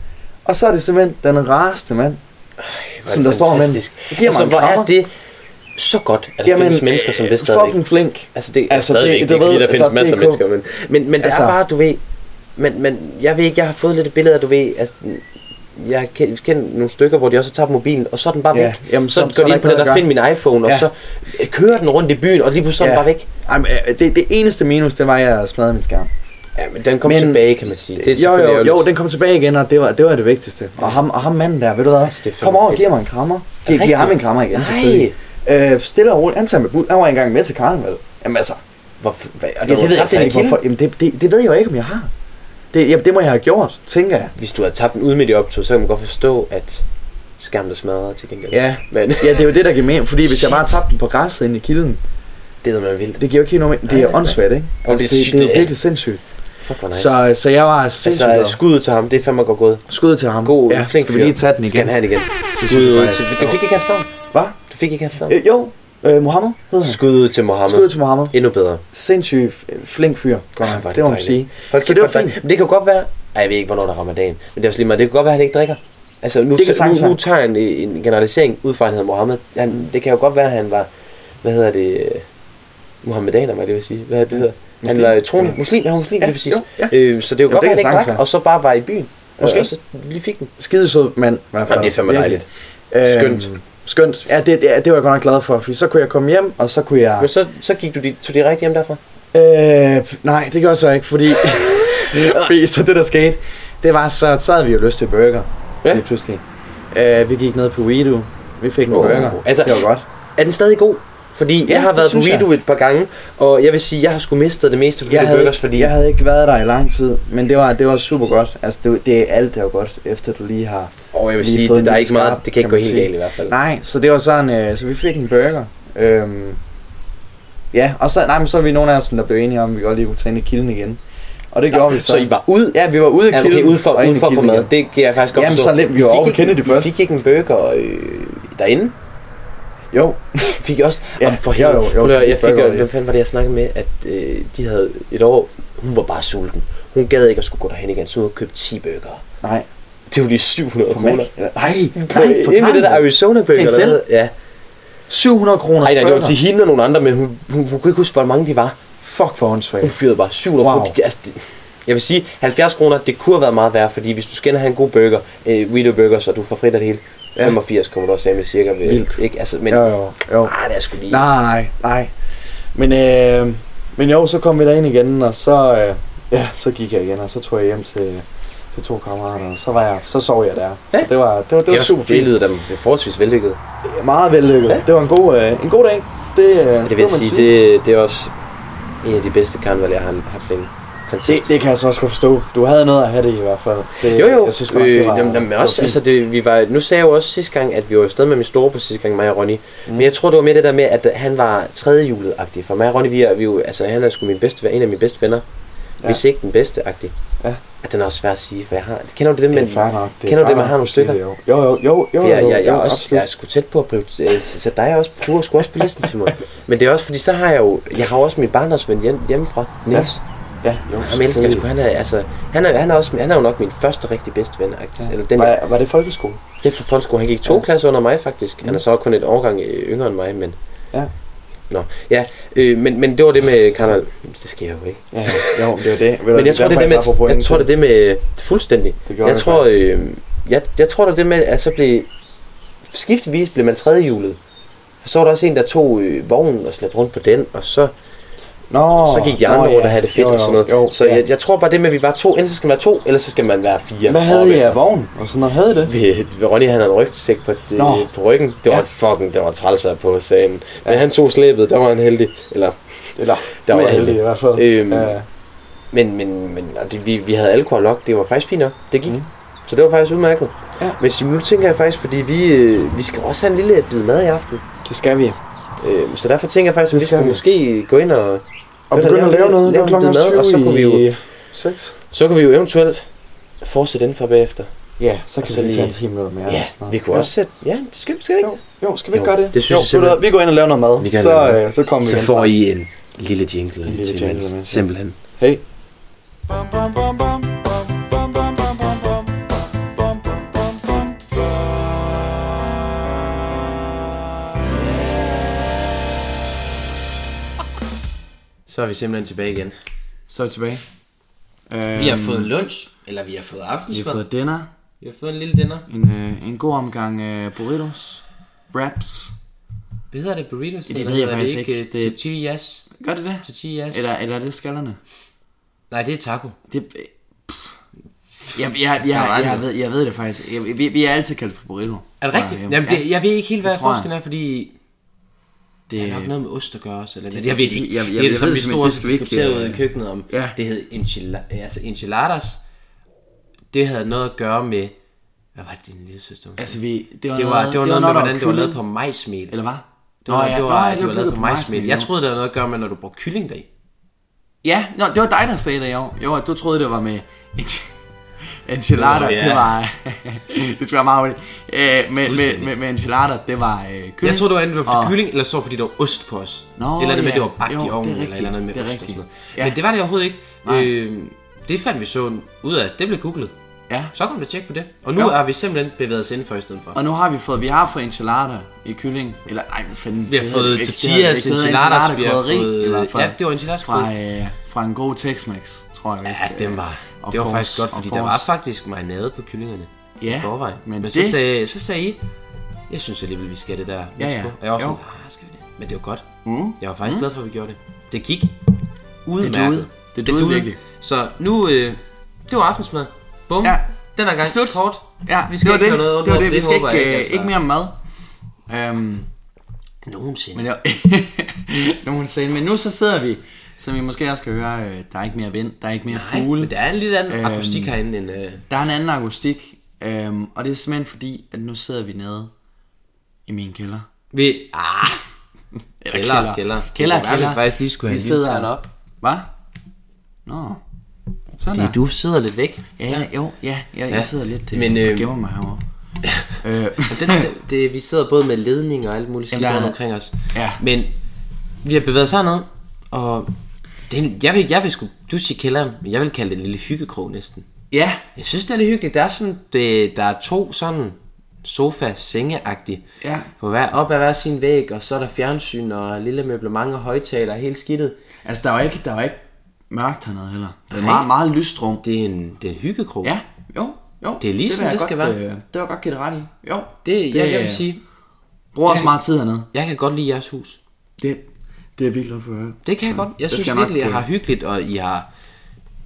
Og så er det simpelthen den rareste mand, som der står med. den. Fantastisk. Det giver Altså, mig en hvor er krammer. øh, det så godt, at der Jamen, findes mennesker som det stadigvæk. Fucking flink. Altså, det er Altså, altså, stadigvæk det- det, du det, ikke, ved, fordi der findes der- masser af det er mennesker, men, men, men Altså- altså, der er bare, du ved, men, men jeg ved ikke, jeg har fået lidt et billede af, du ved, altså, jeg har kendt, kendt nogle stykker, hvor de også har tabt mobilen, og så er den bare Ja, ja, væk. jamen, Jamen, så- så, så så er går der de ind på ikke det, der find noget at min iPhone, Ja. og så øh, kører den rundt i byen, og lige pludselig ja. er den bare væk. Jamen, øh, det, det eneste minus, det var, at jeg smadrede min skærm. Ja, men den kom Men- men, tilbage, kan man sige. Det er jo, selvfølgelig jo, ærgerligt. jo, den kom tilbage igen, og det var det, var det vigtigste. Og ham, og ham manden der, ved du hvad, Altså, det er det fandme kom over og fedt. giver mig en krammer. Giv, giv rigtigt? ham en krammer igen, Nej. selvfølgelig. Øh, stille og roligt, han tager med bus. Han var engang med til karneval. Jamen altså, Hvor, hvad, og det, der det, var ved jeg tabt den slet i ikke, kilden. hvorfor. Jamen, det, det, det ved jeg jo ikke, om jeg har. Det, jamen, det må jeg have gjort, tænker jeg. Hvis du havde tabt den ude midt i optog, så kan man godt forstå, at skærmen er smadret til gengæld. Ja, Men ja det er jo det, der giver mening, fordi hvis jeg bare Shit. tabte den på græsset inde i kilden, det er man vildt. det giver jo ikke helt nogen mening. Det er Nej, nej. åndssvagt, ikke? Og Altså, det er det, sygt, det er det jo er- virkelig sindssygt. Fuck, hvor nice. Så, Så, så jeg var sindssygt glad. altså, skuddet til ham, det er fandme godt gået. Skud til ham. God, ja, flink skal vi fyr. lige tage den igen? Skal han have den igen? synes Skud jeg ud faktisk. til... Du fik ikke hans navn. Hvad? Du fik ikke hans navn. Øh, jo, øh, Mohammed hedder han. Skud ud til Mohammed. Skud til Mohammed. Endnu bedre. Sindssygt f- flink fyr. Godt Ah, nok, hvor er det må man dejligt. sige. Hold Så så det det var var fint. Men det kan jo godt være... Ej, jeg ved ikke, hvornår der rammer dagen. Men det er også lige meget. Det kan godt være, at han ikke drikker. Altså, nu, Det kan sagtens nu, nu være. tager han en, en generalisering ud fra, at han hedder Mohammed. Han, det kan jo godt være, at han var, hvad hedder det, øh, Mohammedaner, hvad det vil sige. Hvad er det, det hedder? Han var øh, troende. Muslim, han var muslim, ja, lige præcis. jo, ja. Øh, så det er jo godt, Jamen, at det han kan ikke sagtens drak, være. og så bare var i byen. Måske. Og, og så lige fik den. Skidesød mand, i hvert fald. Jamen, det er fandme Virkelig. dejligt. Skønt. Skønt. Ja, det, det, det var jeg godt nok glad for, for så kunne jeg komme hjem, og så kunne jeg... Men så, så gik du di- tog direkte hjem derfra? Øh, nej, det gør jeg så ikke, fordi, fordi så det der skete, det var så, så havde vi jo lyst til burger, Ja. ja. lige pludselig. Øh, vi gik ned på Weedo, vi fik en Åh, burger, altså- det var godt. Er den stadig god? Fordi ja, jeg har det været på synes jeg. Rido et par gange, og jeg vil sige, jeg har sgu mistet det meste på Jeg det havde, burgers, ikke, fordi... fordi... jeg havde ikke været der i lang tid, men det var, det var super godt. Altså, det, det er alt er jo godt, efter du lige har... Og jeg vil lige sige, fået det, der en er lille ikke meget, skarp, det kan ikke kan gå man helt sige. galt i hvert fald. Nej, så det var sådan, øh, så vi fik en burger. Øhm, ja, og så, nej, men så er vi nogle af os, der blev enige om, at vi godt lige kunne tage ind i kilden igen. Og det gjorde vi så. Så I var ud? Ja, vi var ude af Ja, kilden. okay, ude for, og ind ude i for at få kilden mad. igen. Det kan jeg faktisk godt Jamen, forstå. sådan lidt. Vi var over på ikke- Kennedy først. Vi fik ikke en burger øh, derinde. Jo, Fik I også? Ja, Jamen, for jo, helvede. jo, jo, Prøv at så høre, fik jeg vi fik, burger øh, hvem fanden var det, jeg snakkede med, at øh, de havde et år... Hun var bare sulten. Hun gad ikke at skulle gå derhen igen, så hun havde købt 10 burger. nej. Det var lige 700 På kroner. Mac? eller- Nej, På, nej, for inden ved det der nej. Arizona burger. Til en der selv? hed- Ja. 700 kroner. Ej, nej, det var til hende og nogle andre, men hun, hun, hun kunne ikke huske, hvor mange de var. Fuck for Hun åndssvagt. fyrede bare 700 wow. Wow. kroner. Altså, det, jeg vil sige, 70 kroner, det kunne have været meget værd, fordi hvis du skal ind og have en god burger, øh, Widow Burger, så du får frit af det hele. Ja. 85 kommer du også af med cirka. Ved, Vildt. Ikke? Altså, men, Jo, jo, jo. Ah, det er sgu lige. Nej, nej, nej. Men, øh, men jo, så kom vi derind igen, og så, øh, ja, så gik jeg igen, og så tog jeg hjem til, til to kammerater, og så, var jeg, så sov jeg der. Ja. Så det var, det var, det var, det var super fint. Det lyder da forholdsvis vellykket. Meget vellykket. Ja. Ja. Det var en god, øh, en god dag. Det, øh, Ja, det vil jeg sige, det, det er også en af de bedste karnevaler, jeg har haft længe. det, Fantastisk. det, kan jeg så også godt forstå. Du havde noget at have det i hvert fald. Det, Jo jo, Jeg synes godt, det var, jamen, jamen, det var også, fint. altså det, vi var, nu sagde jeg jo også sidste gang, at vi var afsted med min store på sidste gang, mig og Ronny. Mm. Men jeg tror, det var mere det der med, at han var tredje julet -agtig. For mig og Ronny, vi er, vi er jo, altså han er sgu min bedste, en af mine bedste venner. Ja. Ja. Hvis ikke den bedste agtig. Ja. At den er også svær at sige, for jeg har, kender du det, det men er fair nok. Det er kender du det, fair man har nok, nogle stykker? Jo, jo, jo, jo, jo, for jeg, jeg, jeg, jo, er også, absolut. jeg er sgu tæt på at blive, øh, så dig er også, du er sgu også på listen, Simon. men det er også, fordi så har jeg jo, jeg har jo også min barndomsven hjem, hjemmefra, Niels. Ja, jo, Ja. Ham elsker jeg sgu, selvfølgelig. han er, altså, han er, han er, også, han er jo nok min første rigtig bedste ven, agtig. Ja. Eller den, Var, var det folkeskole? Det er fra folkeskole. Han gik to ja. klasser under mig, faktisk. Han er så kun et årgang øh, yngre end mig, men... Mm. Ja. Nå, ja. Øh, men, men det var det med karneval. Det sker jo ikke. Ja, jo, jo, det var det. Ved du, Men jeg tror, det er det faktisk apropos med... Jeg tror, det er det med... øh, Fuldstændig. Det gjorde Jeg det tror... faktisk. Øh, jeg, jeg tror, det er det med, at så blev... Skiftvis blev man tredje hjulet. For så var der også en, der tog øh, vognen og slæbte rundt på den, og så, Nå, oh, så gik de andre nå, rundt ja. og havde det fedt Jo, og sådan noget. Jo, jo, så jeg, jeg tror bare det med, at vi var to, enten så skal man være to, eller så skal man være fire. Hvad havde Og- I af vogn? Og sådan noget, havde I det? ved- Ronny han havde en rygsæk på, Nå. øh, på ryggen. Det var Ja. fucking, der var trælser på sagen. Men han tog slæbet, der var han heldig. Eller, Eller, der var du jeg heldig. i hvert fald. Øhm, Ja, ja. men, men, men og det, vi, vi havde alkohol nok, det var faktisk fint nok. Det gik. Mm. Så det var faktisk udmærket. Ja. Men Simon, nu tænker jeg faktisk, fordi vi, øh, vi skal også have en lille bid mad i aften. det skal vi. Øh, så derfor tænker jeg faktisk, at vi Det skal skulle vi. måske gå ind og... Og Eller begynde at lave lave noget. Det var klokken lidt mad, også 20 og så kunne vi jo- i 6. Så kan vi jo eventuelt fortsætte indenfor bagefter. Ja, så Og kan så vi lige lige- tage en time med mere. Ja, eller sådan noget. vi kunne Ja. også sætte... Ja, det skal, skal vi ikke. Jo, jo, skal vi ikke Jo, gøre det? det synes jo, jeg simpelthen- ved du hvad, Vi går ind og laver noget Vi kan mad. lave Så, noget. øh, så kommer vi Så igen får snart. I en lille jingle. En lille til jingle imens. med, ja. Simpelthen. Hey. Så er vi simpelthen tilbage igen. Så er vi tilbage. Øh, Vi har fået lunch, eller vi har fået aftensmad. dinner. Vi har fået en lille dinner. En, øh, en god omgang øh, burritos. Wraps. Hedder det burritos? det eller ved jeg hedder faktisk ikke. øh, Det- Tortillas. Gør det det? Tortillas. eller er det skallerne? Nej, det er taco. Det... øh, Jeg, jeg, jeg, jeg, ved, jeg ved det faktisk. Jeg, vi, vi er altid kaldt for burrito. Øh, Er det rigtigt? Jamen, det, jeg ved ikke helt, hvad Det tror jeg. forskellen er, fordi det, det Øh, er nok noget med ost at gøre også. Eller det, jeg ved det ikke. jeg- jeg- det er jeg det, som ved vi simpelthen- stod og det skal vi ikke, diskuterede ude i øh, køkkenet om. ja. Det hed enchila, altså enchiladas. Det havde noget at gøre med... Hvad var det, din lille søster? altså, vi, det var, det, var, det var noget med, hvordan det var lavet på majsmel. Eller hvad? Det var, Nå, ja. det var, Nå, ja, det var lavet på majsmel. Jeg jo. troede, det havde noget at gøre med, når du brugte kylling deri. Ja, nå, det var dig, der sagde det, jo. Jo, at du troede, det var med ench- enchilada. Nå, ja. Det var... det skulle være meget hurtigt. Øh, med, med, Fuldstændig. med, med enchilada, det var øh, kylling. Jeg troede, det var enten det var fordi Og- kylling, eller så fordi der var ost på os. Nå, eller andet med, ja. det var bagt Jo, i det er ovnen, eller rigtigt. et eller andet med Det er ost og rigtigt. sådan noget. Ja. Men Øhm, det var det overhovedet ikke. Nej. Øh, det fandt vi så ud af. Det blev googlet. Ja. Så kom der tjek på det. Og nu Jo. har vi simpelthen bevæget os indenfor i stedet for. Og nu har vi fået, vi har fået enchilada i kylling. Eller, ej, hvad fanden. Vi har det hedder fået det ikke. Det hedder tortillas, det ikke. Det hedder enchiladas, vi har enchilada-krydderi, i hvert fået... fald. Ja, det var enchiladas fra, øh, fra en god Tex-Mex, tror jeg vist. øh. Ja, den var, Og det var pors, faktisk godt, og fordi der pors. var faktisk marinade på kyllingerne Ja, i forvejen. men Men, det- så, sagde, så sagde I, jeg synes alligevel, vi skal det der. Ja, Mexico." ja. Og jeg var Jo. sådan, ah, skal vi det? Men det var godt. Mm. Jeg var faktisk mm. glad for, at vi gjorde det. Det gik Det udmærket. duede. Det duede virkelig. Så nu, øh, det var aftensmad. Bum. Ja. Ja. Den er gang Slut. kort. Ja, vi skal det var ikke det. gøre noget ondt det, var ord, det. for Vi skal håber jeg ikke, øh, altså. ikke mere mad. Øhm, Nogensinde. men jeg, nogensinde. Men nu så sidder vi, som I måske også kan høre, øh, der er ikke mere vind, der er ikke mere Nej, fugle. men der er en lidt anden øhm. akustik herinde end... Øh, Der er en anden akustik, øhm, og det er simpelthen fordi, at nu sidder vi nede i min kælder. vi, ah, Kælder, kælder. Kælder, Det kunne være, kælder. vi faktisk lige skulle have vi en lille sidder tand op. Hvad? Nå. Sådan det, der. er- du sidder lidt væk. Ja, ja, jo, ja, jeg, ja. Ja. jeg sidder lidt øh, Men, men, øh, og øhm, gemmer mig herovre. øh, Det, det, det, vi sidder både med ledning og alt muligt skidt der er- rundt omkring os. Ja. Men vi har bevæget os herned, og det er en, jeg, vil, jeg vil sgu, du siger kælderen, men jeg vil kalde det en lille hyggekrog næsten. ja, Jeg synes, det er lidt hyggeligt. Der er, sådan, det, der er to sådan sofa senge Ja. På hver, op ad hver sin væg, og så er der fjernsyn og lille møblement og højtaler, helt skidtet. altså der var ikke, der var ikke mørkt hernede heller. Det var meget, meget lyst rum. Det er en, det er en hyggekrog. Ja, jo, jo. Det er lige vil sådan, jeg det skal godt, være. Øh, det var godt give det ret i. Jo, Det, jeg, jeg vil sige, Bruger også meget tid hernede. jeg kan godt lide jeres hus. Det, det er virkelig for at høre. Det kan jeg godt. Jeg det synes skal jeg nok virkelig, jeg prøve. har hyggeligt, og I har...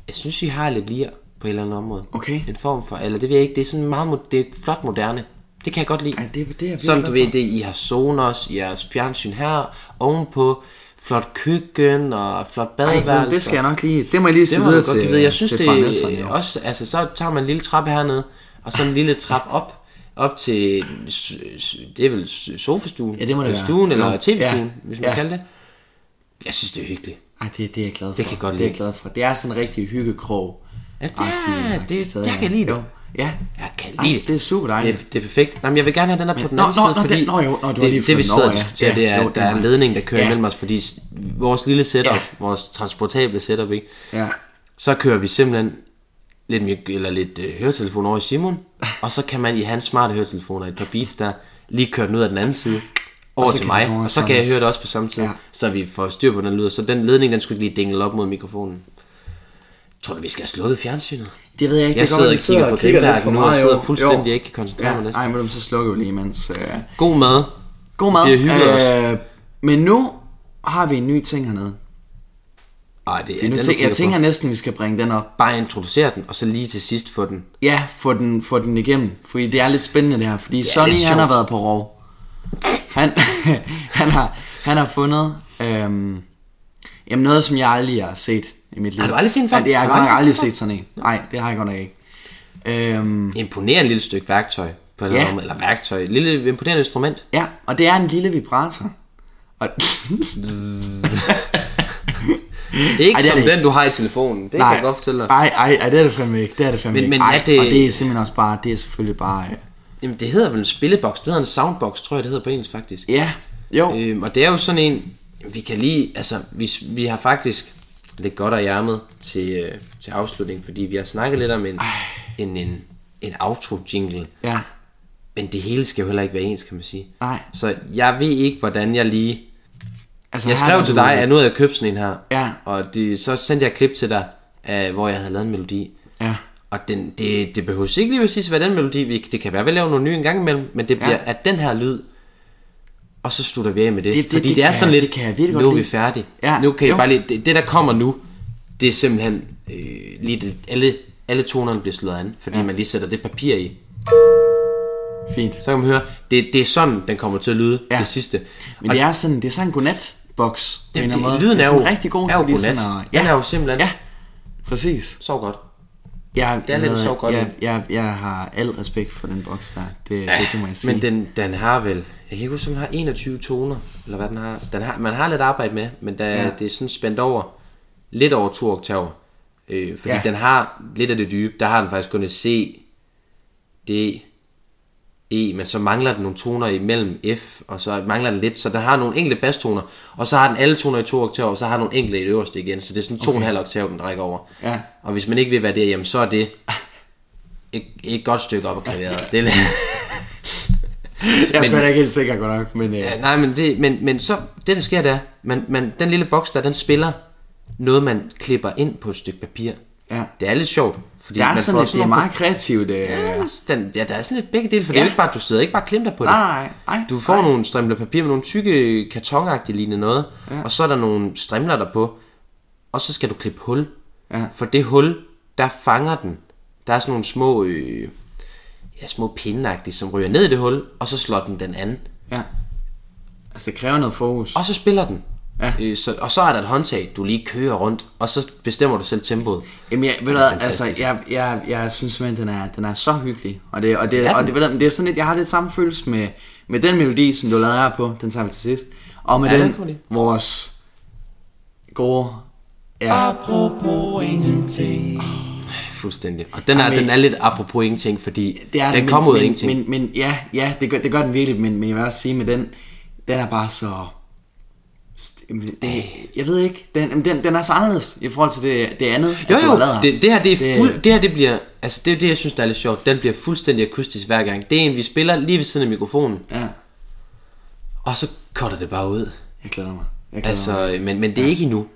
Jeg synes, I har lidt lir på et eller andet område. Okay. En form for... Eller det ved jeg ikke. Det er sådan meget... mo- Det er flot moderne. Det kan jeg godt lide. Ej, det er- det er jeg virkelig Sådan, glad du ved, det, I har Sonos, I har fjernsyn her, ovenpå, flot køkken og flot badeværelse. Ej, det skal jeg nok lige. Det må jeg lige det sige må man videre godt til, give videre. Jeg synes, til det Frank Nielsen, jo. er også... Altså, så tager man en lille trappe hernede, og så en lille trappe op, op til, s- s- det er vel s- sofastuen, Ja, det må det eller være. stuen, eller Jo. tv-stuen, Ja. hvis man Ja. kalder det. Jeg synes, det er hyggeligt. Ej, det, det er jeg glad for. Det kan jeg godt Det er jeg lide. glad for. Det er sådan en rigtig hyggekrog. Ja, det er, det, jeg kan lide det. Ja. Jeg kan Ej, lide det. det er super dejligt. Det, det er perfekt. Nå, men jeg vil gerne have den her på den nå, anden nå, side, nå, fordi den- nå, jo, nå, du har lige det, fået det vi den sidder og over, ja. diskuterer, Ja, det er, jo, at der den er var- en ledning, der kører Ja. imellem os, fordi s- vores lille setup, Ja. vores transportable setup, ikke? Ja. så kører vi simpelthen lidt, mye- eller lidt øh, høretelefon over i Simon, og så kan man i hans smarte høretelefoner et par beats der, lige køre den ud af den anden side, over så til kan den mig, over og så kan Thomas. jeg høre det også på samme tid, Ja. så vi får styr på den lyd, og så den ledning, den skulle ikke lige dingle op mod mikrofonen. Tror du, vi skal have slukket fjernsynet? Det ved jeg ikke. Jeg det er sidder godt, og kigger på Grimberg nu, og sidder fuldstændig ikke kan koncentrere mig mig. næsten. Nej, men så slukker vi lige imens. Øh. God mad. God mad. Det er hyggeligt øh, men nu har vi en ny ting hernede. Ej, det er Nu den, tænker, jeg jeg tænker tænker... næsten, vi skal bringe den op. Bare introducere den, og så lige til sidst få den. Ja, få den, få den igennem. Fordi det er lidt spændende det her. Fordi Sonny, lidt han har sjovt. været på rov. Han, han, har, han har fundet øhm, jamen noget, som jeg aldrig har set i mit liv. Har du aldrig set en før? Ja, det- Jeg Har har du godt nok aldrig set aldrig en set sådan en. Nej, det har jeg godt nok ikke. Øhm, Imponerende lille stykke værktøj. På Ja. ja. eller værktøj. Et lille imponerende instrument. ja, og det er en lille vibrator. Og, Det er ikke Ej, Ej, det er det som det den, du har i telefonen. Det kan jeg godt fortælle dig. Ej, ej, ej, det er det fandme ikke. Det er det fandme Men- ikke. men ej, er det- Og det er simpelthen også bare, det er selvfølgelig bare... Øh, Jamen, det hedder vel en spilleboks. Det hedder en soundbox, tror jeg, det hedder på engelsk faktisk. ja, jo. Øhm, og det er jo sådan en, vi kan lige, altså, vi, vi har faktisk lidt godt af hjermet til, øh, til afslutning, fordi vi har snakket lidt om en, en, en, en outro jingle. Ja, Men det hele skal jo heller ikke være ens, kan man sige. Nej. Så jeg ved ikke, hvordan jeg lige... altså, Jeg her skrev har til du- dig, at nu havde jeg købt sådan en her. Ja. Og det, så sendte jeg et klip til dig, af, hvor jeg havde lavet en melodi. Ja. Og den, det, det behøver ikke lige præcis være den melodi. Vi, det kan være, at vi laver noget nye en gang imellem, men det bliver at den her lyd. Og så slutter vi af med det. Det- det- fordi det det, er kan sådan jeg- lidt, det kan jeg virkelig godt nu er vi lide." færdige. Ja, Nu kan jo. I bare lige, det, det, der kommer nu, det er simpelthen øh, lige det, alle, alle tonerne bliver slået an, fordi man lige sætter det papir i. Fint. Så kan man høre, det, det er sådan, den kommer til at lyde, Ja. ja. det sidste. Men det er sådan, det er sådan en godnat-boks. på en det, eller det, anden måde. lyden Det er, sådan jo rigtig god er jo til lige sådan godnat. at- Den er jo simpelthen... Ja, præcis. Sov godt. Jeg, Det er lidt jeg- sjovt godt. Jeg, jeg, jeg har al respekt for den boks der. Det, ja, Ja, det, det må jeg sige. Men den, den har vel... Jeg kan ikke huske, om den har 21 toner, eller hvad den har. Den har man har lidt arbejde med, men der, Ja. ja. det er sådan spændt over lidt over to oktaver. Øh, fordi Ja. ja. den har lidt af det dybe. Der har den faktisk kun et C, D, E, men så mangler den nogle toner imellem F, og så mangler den lidt, så den har nogle enkelte basstoner, og så har den alle toner i to oktaver, og så har den nogle enkelte i det øverste igen, så det er sådan to og en halv oktav, den rækker over. Ja. Og hvis man ikke vil være der, jamen så er det et, et godt stykke op af klaveret. Det, Jeg er sgu da ikke helt sikker godt nok, men... Øh, ja, nej, men, det, men, men så, det der sker, det er, man, man, den lille boks der, den spiller noget, man klipper ind på et stykke papir. Ja. Det er lidt sjovt. Fordi det er man sådan får lidt, det er nogle- meget kreativt. Øh, Ja, den, ja, der er sådan lidt begge dele, for ja. det er jo ikke bare, du sidder ikke bare og klemter på det. Nej, nej, nej. Du får Nej. nogle strimler papir med nogle tykke kartonagtige lignende noget, ja. og så er der nogle strimler der på, og så skal du klippe hul. Ja. For det hul, der fanger den. Der er sådan nogle små, øh, ja, små pindeagtige, som ryger ned i det hul, og så slår den den anden. Ja. Altså, det kræver noget fokus. Og så spiller den. Ja. Øh, så, og så er der et håndtag, du lige kører rundt, og så bestemmer du selv tempoet. Jamen, jeg, ved du, hvad, altså, fantastisk. jeg, jeg, jeg synes simpelthen, den er, den er så hyggelig. Og det, og det, er og den. det, ved du, hvad, det er sådan lidt, jeg har lidt samme følelse med, med den melodi, som du lavede her på, den tager vi til sidst. Og med Ja, ja, den den, kommer lige. vores gode... Ja. Apropos ingenting. Fuldstændig. Og den er, Jamen, den er lidt apropos ingenting, fordi Det er den det, kommer ud af men, ingenting. Men, men ja, ja det, gør, det gør den virkelig, men, men jeg vil også sige med den, den er bare så... st- jamen, Det, jeg ved ikke, den, jamen, den, den er så anderledes i forhold til det, det andet, at Jo du har jo, lavet her. det, det her det er Det- det... fuld, det her det bliver, altså det er det jeg synes der er lidt sjovt, den bliver fuldstændig akustisk hver gang. Det er en vi spiller lige ved siden af mikrofonen, Ja, og så cutter det bare ud. jeg glæder mig. Jeg glæder mig. Altså, men, men det er ikke endnu.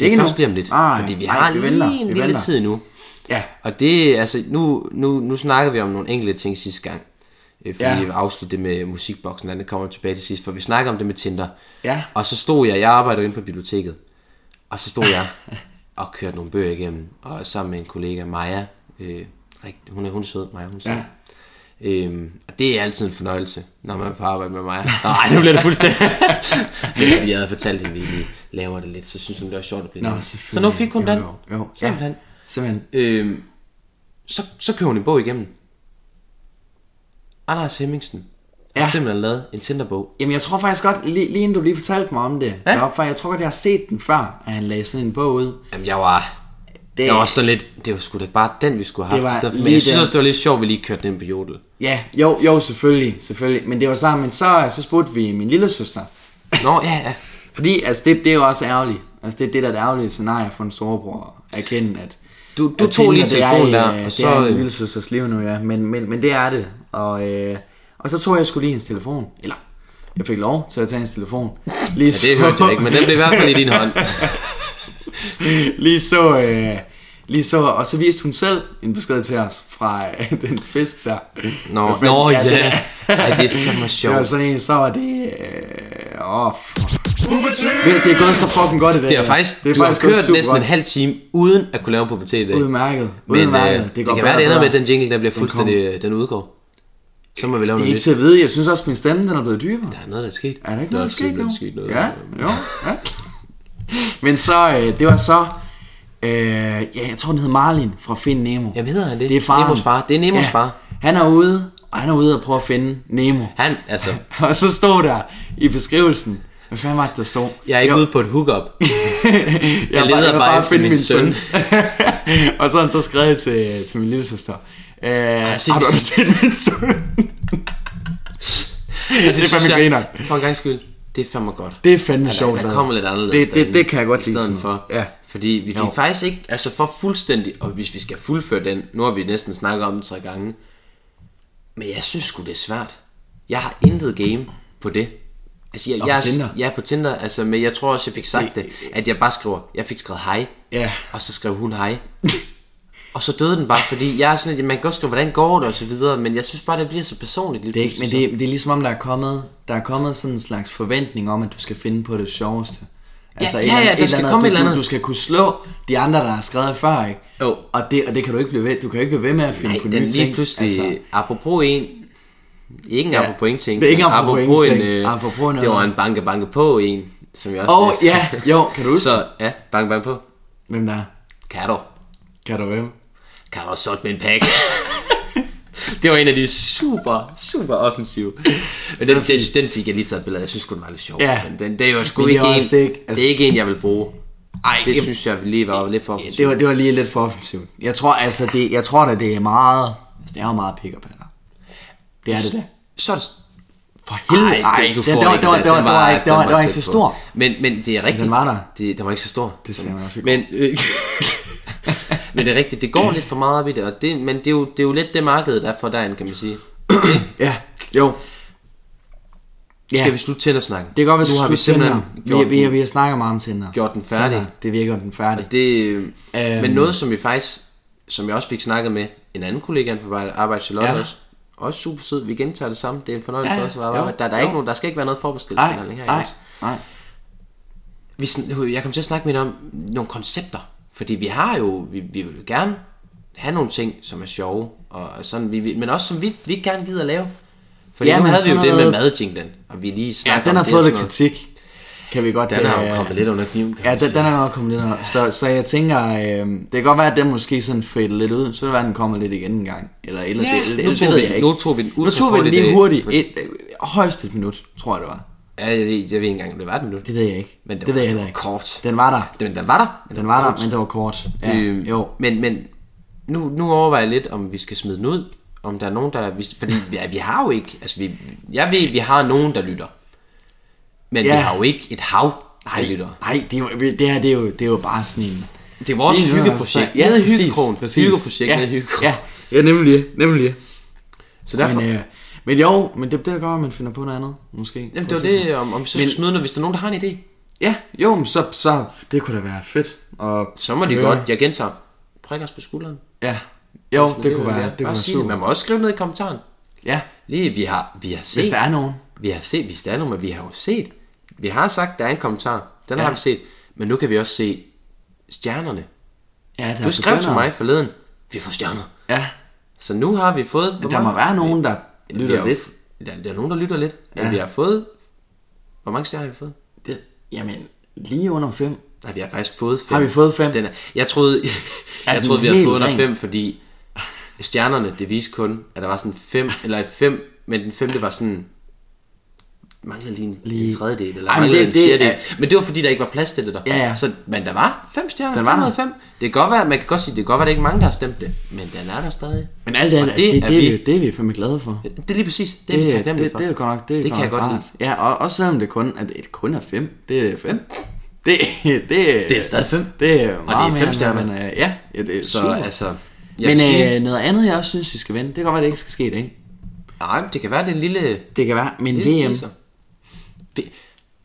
Det er ikke ikke endnu. først lige om lidt, Ej, fordi vi ej, har vi lige venter, en vi lille venter. tid nu. Ja, Og det, altså nu, nu, nu snakker vi om nogle enkelte ting sidste gang. Øh, Fordi Ja. ja. vi afsluttede det med musikboksen, og det kommer vi tilbage til sidst, for vi snakker om det med Tinder. Ja. Og så stod jeg, jeg arbejder inde på biblioteket, og så stod jeg og kørte nogle bøger igennem, og sammen med en kollega, Maja, øh, rigtig, hun, er, hun er sød, Maja, hun er sød. Ja. Ja. Øhm, og det er altid en fornøjelse, når man er på arbejde med mig. Nej, nu bliver det fuldstændig... det er fordi, jeg havde fortalt hende, at vi lige laver det lidt, så synes hun, det var sjovt at blive Nå, lidt. Så nu selvfølgelig. fik hun Jo, den. jo, jo. Simpelthen. Ja. Simpelthen. Øhm, så, så kører hun en bog igennem. Anders Hemmingsen ja. Ja. har simpelthen lavet en Tinderbog. Jamen, jeg tror faktisk godt, lige, lige inden du lige fortalte mig om det, ja? Ja. deroppe, fra, jeg tror godt, jeg har set den før, at han lagde sådan en bog ud. Jamen, jeg var... Det- Det... Jeg var så lidt... Det var sgu da bare den, vi skulle have Øh. Det haft. var i stedet for- lige Men jeg synes den. også, det var lidt sjovt, at vi lige kørte den ind på Jodel. Ja, jo, jo, selvfølgelig, selvfølgelig. Men det var så, men så, så spurgte vi min lille søster. Nå, ja, ja. Fordi, altså, det, det er jo også ærgerligt. Altså, det er det, der er det ærgerlige scenarie for en storebror. at Erkende, at... Du- du at tog lige Tinder, det er telefonen i- øh, der, og Det er så- i min lille søsters liv nu, ja. Men, men, men det er det. Og, øh, og så tog jeg sgu lige hendes telefon. Eller, jeg fik lov til at tage hendes telefon. Lige ja det hørte jeg ikke, men den blev i hvert fald i din hånd. lige så, øh, lige så, og så viste hun selv en besked til os fra øh, den fisk der. Nå, Hvad fanden- nå ja. den er- Ej, det er fandme Det var sjovt. sådan en, så var det... Øh, åh, fuck. Det, det er gået så fucking godt i dag. Det er faktisk, det er du faktisk har gået kørt super næsten en halv time, uden at kunne lave en pubertet i dag. Udmærket. Men øh, Udmærket. det, går det kan bedre være, og det ender med, bedre. at den jingle, der bliver Den kommer. fuldstændig... øh, Den, udgår. Så må vi lave Det er noget ikke nyt. til at vide. Jeg synes også, at min stemme den er blevet dybere. Der er noget, der er sket. Er der ikke noget, der skete simpelthen nu? sket noget. øh, Ja, jo. Ja. Men så, øh, det var så... Øh, ja, jeg tror, den hed Marlin fra Find Nemo. Jamen, hedder han det? Det er faren. Nemos far. Det er Nemos far. Han er ude, og han er ude og prøve at finde Nemo. Han, altså, Og så stod der i beskrivelsen, hvad fanden var det, der stod? jeg er ikke Jo, ude på et hookup. jeg, Jeg leder vil bare efter min søn. og så har han så skrevet til, til min lille søster. Øh, har set du min aldrig set min søn? det er synes fandme jeg- griner. For en gang skyld, det er fandme godt. Det er fandme sjovt. der, der lavet. kommer lidt anderledes Det, det, derinde, det kan jeg godt i lide. stedet sådan for. noget. Ja. Fordi vi fik faktisk ikke, altså for fuldstændig, og hvis vi skal fuldføre den, nu har vi næsten snakket om den tre gange, men jeg synes sgu det er svært. Jeg har intet game på det. Altså, jeg, Nå, jeg, på Tinder. Ja, på Tinder, altså, men jeg tror også, jeg fik sagt det, at jeg bare skriver, jeg fik skrevet hej, Ja. og så skrev hun hej. og så døde den bare, fordi jeg er sådan, at man kan godt skrive, hvordan går det, og så videre, men jeg synes bare, det bliver så personligt. Lige Det er ikke, men pludselig, det, er- det er ligesom om, der er kommet, der er kommet sådan en slags forventning om, at du skal finde på det sjoveste. Altså, ja, et ja, eller- der skal komme et du, eller andet. Du, du skal kunne slå de andre, der har skrevet før, ikke? Jo. Og det, og det kan du ikke blive ved, du kan jo ikke blive ved med at finde Nej, på den nye lige ting. pludselig, altså. apropos en, ikke en ja, apropos ingenting, det er ikke men apropos ingenting, øh, apropos noget. det var en banke banke på en, som jeg også Åh, læste. ja, jo, kan du huske? Altså. Så, ja, banke banke på. Hvem der er? Kan du? Kan du hvem? Kan du solgt med en pakke? det var en af de super, super offensive. Men den, den, den fik jeg lige taget et billede af. Jeg synes sgu, den var lidt sjov. Ja. Men den, det var sgu Men det ikke var en, også det ikke, det altså- er ikke en, jeg vil bruge. Ej, Det jamen- synes jeg lige var lidt for offensivt. Det var, det var lige lidt for offensivt. Jeg tror altså, det, jeg tror da, det er meget, altså det er jo meget pick up her. Det er det da. Så er det For helvede, Ej, den- du får det, var, ikke det, var, den. det, var, Den det, var, ikke- det, var, den det var tæt ikke så på. stor. Men, men det er rigtigt. den var der. Det, den var ikke så stor. Det ser man også i går. Men, øh, Men det er rigtigt, det går lidt for meget op i det, og det men det er, jo, det er jo lidt det markedet er for derinde, kan man sige. Ja, jo. Ja. Ja. Skal vi slutte Tinder-snakken? Det kan godt være, Nu har vi vi simpelthen Vi, gjort vi, vi, den- vi har snakket meget om Tinder. gjort den færdig. Tinder, det virker den færdig. Det, øhm. Øhm. Men noget, som vi faktisk, som jeg også fik snakket med en anden kollega inden for arbejde, Charlotte ja. Ja. også, også super sød, vi gentager det samme, det er en fornøjelse Ja, ja, ja. også at arbejde. Jo, Der, der, er jo. ikke nogen, der skal ikke være noget Nej, forbeskilt her. nej, ikke? nej. vi, sn- jeg kom til at snakke med hende om nogle koncepter, fordi vi har jo, vi, vi vil jo gerne have nogle ting, som er sjove, og sådan, vi, vi, men også som vi, vi gerne gider at lave. Fordi Ja, ja, nu men havde vi jo sådan det med noget- madjinglen, og vi lige Ja, snakker den har om det fået og lidt sådan noget. kritik. Kan vi godt... Den har øh, jo kommet lidt under kniven, kan Ja, man den, sige. den er nok kommet lidt under. Så, så jeg tænker, øh, det kan godt være, at den måske sådan fader lidt ud. Så kan det være, at den kommer lidt igen en gang. Eller, eller, Ja, det, eller, nu det tog ved vi- jeg ikke. nu tog vi den nu ultra tog vi den hurtigt, lige øh, hurtigt. for- Et, øh, højst et minut, tror jeg det var. Ja, jeg, ved, jeg ved ikke engang, om det var den nu. Det ved jeg ikke. Men det det var- ved jeg det heller var ikke. kort. Den var der. Den, den var der. Den var der, men det var kort. Ja, Øhm, jo. Men, men nu, nu overvejer jeg lidt, om vi skal smide den ud. Om der er nogen, der... Vi, fordi ja, vi har jo ikke... Altså, vi, jeg ved, vi har nogen, der lytter. Men ja. Ja. vi har jo ikke et hav af Nej, lyttere. nej det, er jo- det her det er, jo, det er jo bare sådan en... Det er vores Lige nu, hyggeprojekt. altså. Ja, nede i præcis, hyggekrogen. præcis. Hyggeprojekt ja, nede i hyggekrogen. Ja, ja nemlig, nemlig. Så derfor... Men, øh, men jo, men det, det er da godt, at man finder på noget andet, måske. jamen, på det et var det, om, om vi så skal Men- smide noget, hvis der er nogen, der har en idé. Ja, jo, men så, så det kunne da være fedt. Og, Så må de Ja. godt... Jeg gentager. Prik os på skulderen. ja, jo, Altså, det, kunne vil være, jeg det kunne bare være sige det. super. Man må også skrive ned i kommentaren. Ja, Lige, vi har, vi har set... hvis der er nogen. Vi har set, hvis der er nogen, men vi har jo set. Vi har sagt, der er en kommentar. Den ja. har Ja. vi set. Men nu kan vi også se stjernerne. Ja, der Du skrev til begynder- mig forleden, vi får stjerner. Ja, Så nu har vi fået... Hvor men der må være nogen, der vi lytter har, lidt. Der, der, er nogen, der lytter lidt. Ja. Men Ja. vi har fået... Hvor mange stjerner har vi fået? Det, jamen, lige under fem. Nej, vi har faktisk fået fem. Har vi fået fem? Den er, jeg troede, jeg den troede vi havde helt fået under ren? fem, fordi stjernerne, det viste kun, at der var sådan fem, eller et fem, men den femte var sådan, manglede lige en, lige. Lige- en tredjedel, eller Ej, men manglede det- en det er- fjerdedel. men det var fordi, der ikke var plads til det der. Ja, ja. Så, men der var fem stjerner, Den den var var der. 505. Det kan godt være, man kan godt sige, det kan godt være, det er ikke mange, der har stemt det, men den er der stadig. Men alt det, Og andet, altså, det, det, det, er vi, det er vi fandme glade for. Det er lige præcis, det, det er vi taknemmelige det, for. det, er jo godt nok, det, er det godt kan jeg nok godt rart. lide. Ja, og også selvom det kun, at det kun er fem. Det er fem. Det, det, Det er stadig fem. Det er meget fem mere, end stjerner. man, øh, ja, ja, det er Så super. altså, jeg Men vil sige, øh, noget andet, jeg også synes, vi skal vende, det kan godt være, det ikke skal ske i dag. nej, men det kan være, det er en lille, Det kan være, men lille VM, teaser. V-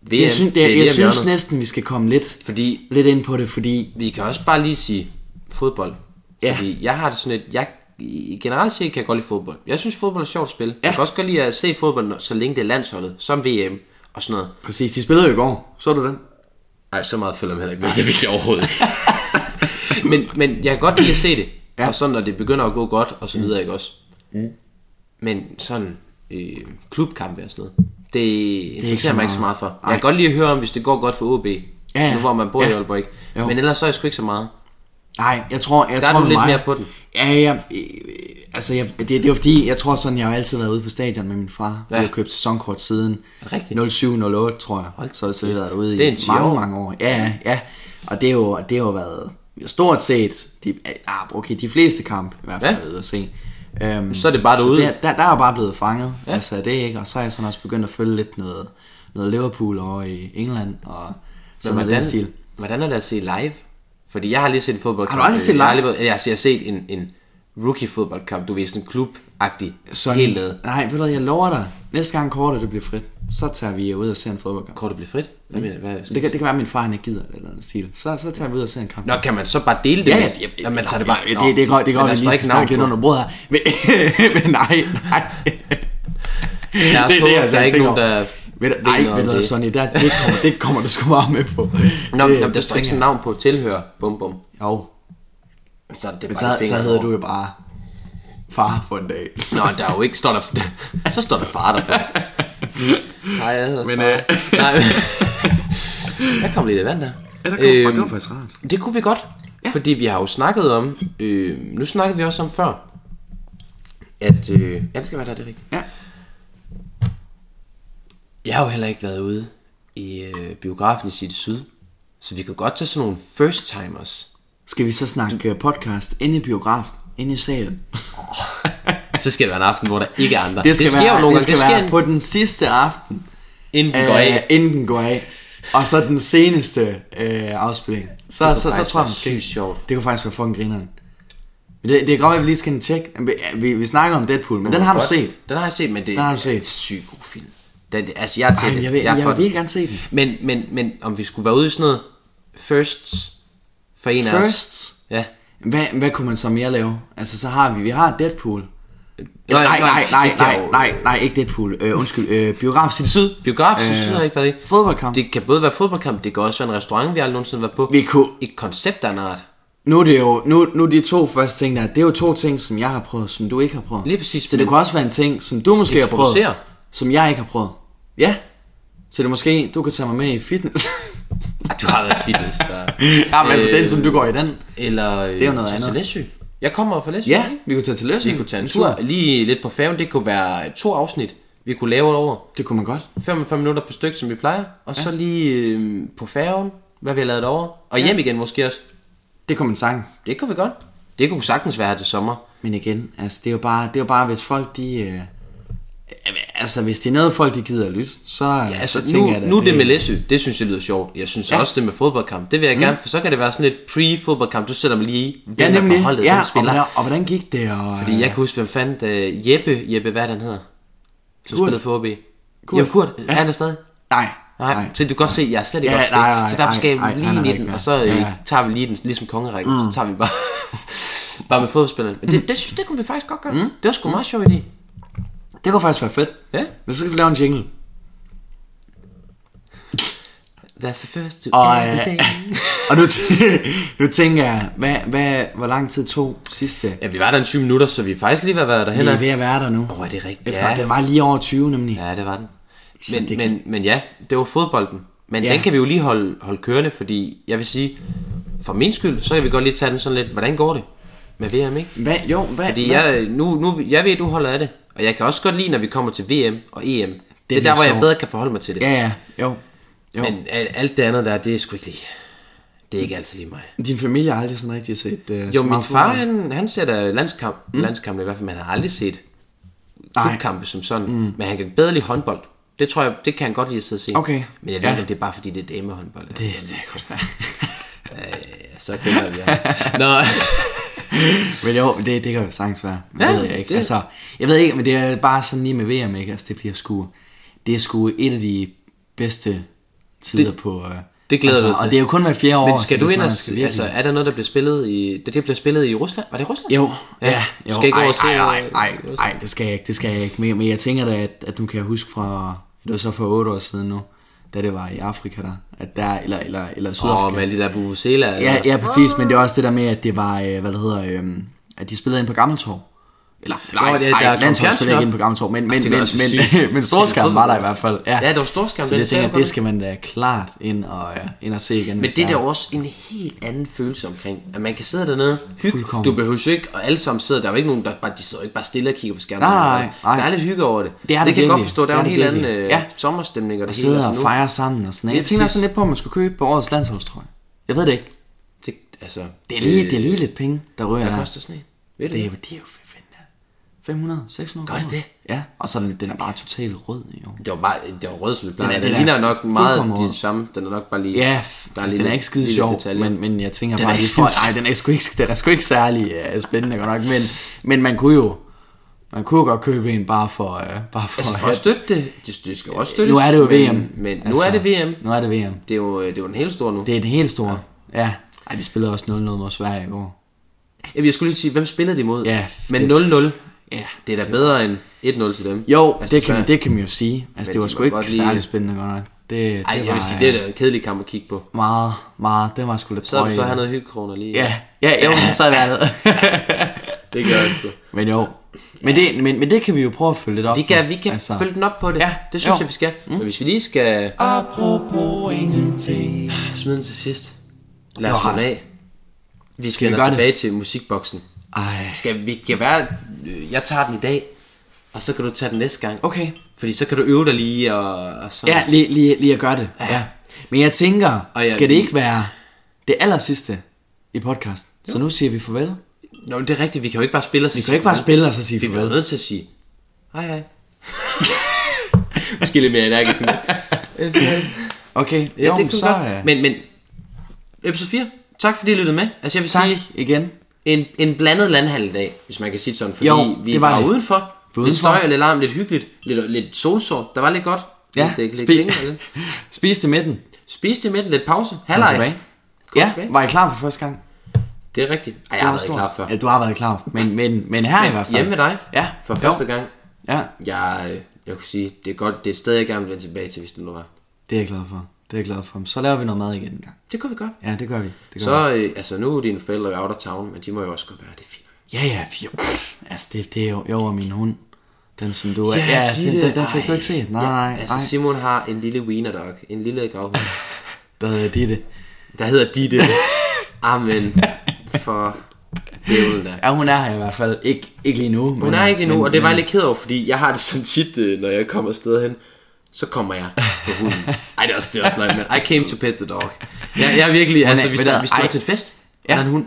VM, det, jeg, synes, det, er jeg, jeg VM synes hjørnet. næsten, vi skal komme lidt, Fordi lidt ind på det, fordi vi kan også bare lige sige fodbold. Ja. Fordi jeg har det sådan lidt, jeg i- generelt set kan jeg godt lide fodbold. Jeg synes fodbold er sjovt at spille. Ja. Jeg Ja. kan også godt lide at se fodbold, når- så længe det er landsholdet, som VM og sådan noget. præcis, de spillede jo i går. Så du den? Nej, så meget følger man heller ikke med. Det vil jeg overhovedet ikke. men, men jeg kan godt lide at se det. Ja. Og så når det begynder at gå godt, og så videre, ikke også? Mm. Men sådan øh, klubkampe og sådan noget, det interesserer så mig ikke så meget for. Jeg kan godt lide at høre om, hvis det går godt for OB. ja. Nu hvor man bor ja. i Ja. Aalborg, ikke? Jo. Men ellers så er jeg sgu ikke så meget. Nej, jeg tror... Jeg Der er tror du med lidt mig, mere på den. Ja, ja. øh, øh, Altså, jeg, det, det er jo fordi, jeg tror sådan, jeg har altid været ude på stadion med min far. Ja. Ja. Vi har købt sæsonkort siden Er det rigtigt? 07-08, tror jeg. Hold så, så har vi været ude Det er en i 10 mange, år. mange år. Ja, ja, ja. Og det er jo, det har jo været stort set... De, ah, okay, de fleste kamp i hvert fald Ja. ja. ude at se. Um, Så er det bare derude. Der, der, der er jo bare blevet fanget. Ja. Altså, det er ikke... Og så er jeg sådan også begyndt at følge lidt noget, noget Liverpool over i England. Og sådan noget i den stil. hvordan er det at se live? Fordi jeg har lige set en fodboldkamp. Har du aldrig set Jeg har, live? aldrig, været- jeg, har, jeg har set en, en rookie fodboldkamp. Du ved, sådan en klubagtig. Sådan, Helt nede. Nej, ved du hvad, jeg lover dig. Næste gang kortet det bliver frit, så tager vi ud og ser en fodboldkamp. Kort at blive frit. Hvad, Mm. mener, hvad, Det kan, det kan være, at min far han ikke gider eller noget stil. Så, så tager vi ud og ser en kamp. Nå, kan man så bare dele det? Ja, med- ja, ja, ja, man tager det ja, bare. ja, det, det er godt, det er Men der godt, at vi står lige ikke skal navn snakke lidt på. under bordet her. Men, men nej, nej. Lad os Det håbe, der er altså det, jeg er selv ikke nogen, tænker der... Ved, du- ved nej, noget om ved du hvad, det. Sonny, der, det, kommer, det kommer du sgu meget med på. Nå, Det- Øh, det, jamen, der det står ikke sådan tænker navn på tilhører. Bum, bum. jeg. Jo, Så er det men bare så, en finger så hedder over. du jo bare far for en dag. Nå, der er jo ikke... Står der, så står der far der på. Nej, jeg hedder Men, far. øh, Nej. Der kom lidt vand der. Ja, der kom, øhm, Øhm, det var faktisk rart. Det kunne vi godt, ja. fordi vi har jo snakket om, øh, nu snakkede vi også om før, at, øh, ja, det skal være der, det er rigtigt. Ja. Jeg har jo heller ikke været ude i øh, biografen i City Syd, så vi kunne godt tage sådan nogle first-timers. Skal vi så snakke øh, podcast inde i biografen, inde i salen? Så skal det være en aften, hvor der ikke er andre. Det skal, det sker være, jo nogle det skal gange, være det sker, på den sidste aften, inden vi øh, går af. inden den går af. Og så den seneste øh, afspilling. Så, kunne så, så, faktisk tror jeg være måske, sygt sjovt. Det kunne faktisk være fucking grineren. Men det, det kan godt være, at vi lige skal en tjek. Vi, vi, vi snakker om Deadpool, men den har du Godt. set. Den har jeg set, men det Den har er du set. sygt god film. Den, det- altså, jeg er til Ej, det. jeg vil, er jeg, for jeg den. vil gerne se den. Men, men, men om vi skulle være ude i sådan noget firsts for en af os. Firsts. Ja. Hvad, hvad kunne man så mere lave? Altså, så har vi, vi har Deadpool. Nej, Nej, nej, nej, nej, det kan nej, jo- nej, nej ikke Deadpool. Øh, undskyld, øh, Biograf City Syd. Biograf, øh, synes jeg har ikke været i. Fodboldkamp. Det kan både være fodboldkamp, det kan også være en restaurant, vi aldrig nogensinde har været på. Vi kunne- Et koncept af en art. Nu er det jo, nu, nu er de to første ting der, det er jo to ting, som jeg har prøvet, som du ikke har prøvet. Lige præcis, Så det men- kunne også være en ting, som du måske har prøvet, Introducere. som jeg ikke har prøvet. Ja. Så det er måske, du kan tage mig med i fitness. Ah, du har været i fitness. Der. ja, men altså Øh, den, som du går i den. Eller det er jo noget andet. Til Læsø. Jeg kommer fra Læsø. Ja, ikke? vi kunne tage til Løsø. Vi kunne tage en tur lige lidt på færgen. Det kunne være øh, to afsnit, vi kunne lave over. Det kunne man godt. 45 minutter på styk, som vi plejer. Og så lige øh, på færgen, hvad vi har lavet over. Og hjem igen måske også. Det kunne man sagtens. Det kunne vi godt. Det kunne sagtens være her til sommer. Men igen, altså det er jo bare, det er jo bare hvis folk de... Øh, altså hvis det er noget, folk de gider at lytte, så, ja, Altså, så tænker nu, jeg da, nu det, det med Læsø, det synes jeg lyder sjovt. Jeg synes ja. også det med fodboldkamp, det vil jeg mm. gerne, for så kan det være sådan lidt pre-fodboldkamp. Du sætter mig lige i, hvem Ja, er nemlig. på holdet, ja, hvem og, spiller. hvordan, og hvordan gik det? Og, Fordi jeg kan huske, hvem fandt uh, Jeppe, Jeppe, hvad er det, han hedder? Som Kurt. spillede for OB. Kurt. Jamen Kurt, er han der stadig? Nej, Nej, nej. så du kan godt se, jeg er slet ikke Ja, opstik. nej, nej, Så derfor nej, skal nej, jeg han er lige i rigtig den, med. og så øh, Ja. Mm. tager vi lige den, ligesom kongerækken, så tager vi bare, bare med fodboldspilleren. Men det, det, synes det kunne vi faktisk godt gøre. Mm. Det var sgu en meget sjov idé. Det kunne faktisk være fedt. Ja, Men så skal vi lave en jingle. that's the first to Og, øh, everything. og nu, tæ- nu tænker jeg, hvad, hvad, hvor lang tid tog sidste? Ja, vi var der en 20 minutter, så vi er faktisk lige ved at være Vi derhen. er ved at være der nu. Åh, oh, er det rigtigt? Efter, ja. Den var lige over 20 nemlig. ja, det var den. Så Men, det- men, men ja, det var fodbolden. Men Ja. ja. den kan vi jo lige holde, holde kørende, fordi jeg vil sige, for min skyld, så kan vi godt lige tage den sådan lidt, hvordan går det med VM, ikke? Hvad, jo, hvad? Fordi hvad? jeg, nu, nu, jeg ved, du holder af det, og jeg kan også godt lide, når vi kommer til VM og EM. Det, det er bliver der, hvor jeg sjovt. bedre kan forholde mig til det. Ja, ja, jo. jo. Men, Men al- alt det andet der, det er sgu ikke lige. Det er ikke altid lige mig. Din familie har aldrig sådan rigtig set uh, Jo, min far, han, han ser da landskamp, mm. landskampe i hvert fald, men han har aldrig set klubkampe som sådan. Mm. Men han kan bedre lide håndbold. Det tror jeg, det kan han godt lide at sidde og se. Okay. Men jeg ved Ja. ikke, om det er bare fordi, det er damehåndbold. Det, Det, det kan godt være. Så kender vi ham. Nå, Men jo, det, det kan jo sagtens være. Men Ja, det ved jeg ikke. det- Altså, jeg ved ikke, men det er bare sådan lige med VM, ikke? Altså, det bliver sgu... Det er sgu et af de bedste tider det, på... Øh, det glæder altså, jeg mig til. Og det er jo kun hver fjerde år. men så skal det er du ind sådan, og... man skal virkelig- Altså, er der noget, der bliver spillet i... Det, det bliver spillet i Rusland? Var det Rusland? Jo, ja, Ja, jo. skal ikke over og se, ej, ej, øh, ej, noget ej, det skal jeg ikke, det skal jeg ikke. Men, men jeg tænker da, at, at nu kan jeg huske fra, det var så for 8 år siden nu, da det var i Afrika der, at der, eller, eller, eller Sydafrika. Åh, med alle de der vuvuzela. Ja, ja, præcis, men det er også det der med, at det var, øh, hvad det hedder, øh, at de spillede ind på Gammeltorv. Eller, eller Nå, nej, det er- nej, der er landsholdet kommet spillede ikke fjernsyn ind på Gammeltorv, men, men, det men, var også men, sygt. men storskærmen var der i hvert fald. Ja, Ja, der var storskærm, Så den det tænker jeg, ser jeg det skal man da klart ind og, øh, ind og se igen. Men det er der jo også en helt anden følelse omkring, at man kan sidde dernede, hygge, Fuldkommen. du behøver jo ikke, og alle sammen sidder, der er jo ikke nogen, der bare, de sidder jo ikke bare stille og kigger på skærmen. Nej, nej, nej. Der er lidt hygge over det. Det Så er der det kan jeg godt virkelig. forstå, der Det er jo er en helt der anden virkelig. øh, Ja. sommerstemning og Og det hele. sidder altså og nu- fejrer sammen og sådan noget. Lige Jeg tænker præcis. sådan lidt på, at man skulle købe årets landsholdstrøje. Jeg ved det ikke. Det, altså, Det er lige, det er lige lidt penge, der ryger Hvad der. koster sådan en? Ved du Det er det? jo, det er jo for fanden da. 500, 600 Gør det kroner. Ja, og så er den, den er bare totalt rød i år. Det var bare, det var rød, som det plejer. Den er- Den, den den er ligner nok meget fuldkommen rød. det samme. Den er nok bare lige... Ja, der der er er lige den er lidt- ikke skide lige lidt sjov, detaljer. men, men jeg tænker Den er bare, ikke lige for, skide- nej, den er sgu ikke, den er sgu ikke særlig uh, spændende godt nok, men, men man kunne jo man kunne jo godt købe en bare for... Uh, bare for, Altså for at støtte det, det, det skal jo også støttes. nu er det jo men- VM. Men nu er det VM. Nu er det VM. Det er jo, øh, det er jo en helt stor nu. Det er den helt store. Ja. ja. Ej, de spillede også 0-0 mod Sverige i går. Jamen, jeg skulle lige sige, hvem spillede de imod? Ja, men det- 0-0. Ja. Det er da bedre end 1-0 til dem. Jo, Altså, altså, det, kan, Sverige. man- det kan man jo sige. Altså, Men det var de sgu var ikke godt lige- særlig spændende godt nok. Det, Ej, det jeg var, øh, vil sige, det er da en kedelig kamp at kigge på. Meget, meget. Det var sgu lidt Så er drøg du i så det. have noget hyldekroner lige. Ja, ja, jo, så sad jeg dernede. Det gør jeg ikke. men jo, men det, men, men det kan vi jo prøve at følge lidt op Vi kan, på. vi kan altså. følge den op på det. Ja, det synes jo. jeg, vi skal. Mm. Men hvis vi lige skal Apropos ingenting. smide den til sidst. Lad os Det var runde af. Vi skal, vi skal gøre det? tilbage til musikboksen. Ej, Skal vi kan være... øh, Jeg tager den i dag, og så kan du tage den næste gang. okay. Fordi så kan du øve dig lige, og, og så... Ja, lige, lige, lige at gøre det. Ja. Men jeg tænker, Og jeg- skal det ikke være det aller sidste i podcast? Så nu siger vi farvel. Vi Nå, men det er rigtigt, vi kan jo ikke bare spille os. Vi kan jo ikke bare spille og så sige Vi bliver farvel. nødt til at sige, hej hej. Måske lidt mere energisk. end det. Øh, Okay, ja, jo, det kunne så... så, øh, godt. Men, Men men, episode 4, tak fordi I lyttede med. Altså jeg vil tak sige, igen. en, en blandet landhandel i dag, hvis man kan sige det sådan. Fordi Jo, vi det var var, det. udenfor. Vi var Lidt udenfor. støj og lidt larm, lidt hyggeligt. Lidt, lidt solsort. Der var lidt godt. Ja, lidt, lidt, spi- lidt klinge, lidt. Spis til midten. Spiste i midten, lidt pause. Kom Halvleg. tilbage. Kom ja, tilbage. var I klar på første gang? Det er rigtigt. Ej, jeg har var været stor. klar før. Ja, du har været klar, men, men, men her i hvert fald. Hjemme ved dig. Ja, For jo. første gang. Ja, Jeg, øh, jeg kunne sige, det er godt, det er et sted, jeg gerne vil vende tilbage til, hvis det nu var. det er jeg glad for. Det er jeg glad for. Så laver vi noget mad igen en gang. Det kunne vi godt. Ja, det gør vi. Det gør Så, vi. øh, altså nu er dine forældre jo out of town, men de må jo også godt være, det er fint. Ja, ja, jo. Pff, Altså, det, det er jo, jo og min hund. Den, som du er. Ja, Ja, de den, der- den, den fik ej. du ikke set. Nej, nej, Altså, nej. Simon har en lille wiener dog, en lille gravhund. Hvad hedder de det? Der hedder Ditte. Amen. For dævlen der. Ja, hun er her i hvert fald. Ikke, ikke lige nu. Hun er ikke lige nu, og det var jeg lidt ked over, fordi jeg har det sådan tit, øh, når jeg kommer afsted hen, så kommer jeg for hunden. Ej, det er også, det er også løgn, men I came to pet the dog. Jeg, jeg er virkelig, altså, hvis, ved der, du, hvis du er ej. til et fest, ja. der er en hund,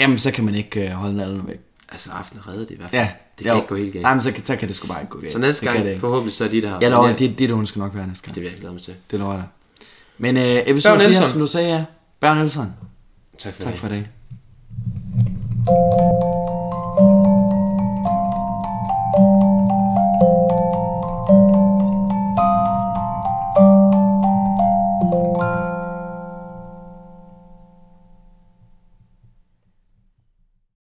Jamen, så kan man ikke øh, holde nallen væk. altså aftenen redder det i hvert fald. Ja. det kan ikke gå helt galt. Nej, men så, kan- så kan det sgu bare ikke gå galt. Så næste Det kan gang, det ikke. forhåbentlig, så er de der her. Jeg lover, Men dit, dit hun skal nok være næste gang. Det vil jeg glæde mig til. Det lover jeg dig. Men øh, episode Børn 4, Nielsen. som du sagde, ja. Børn Nielsen. Tak for, Tak for i dag.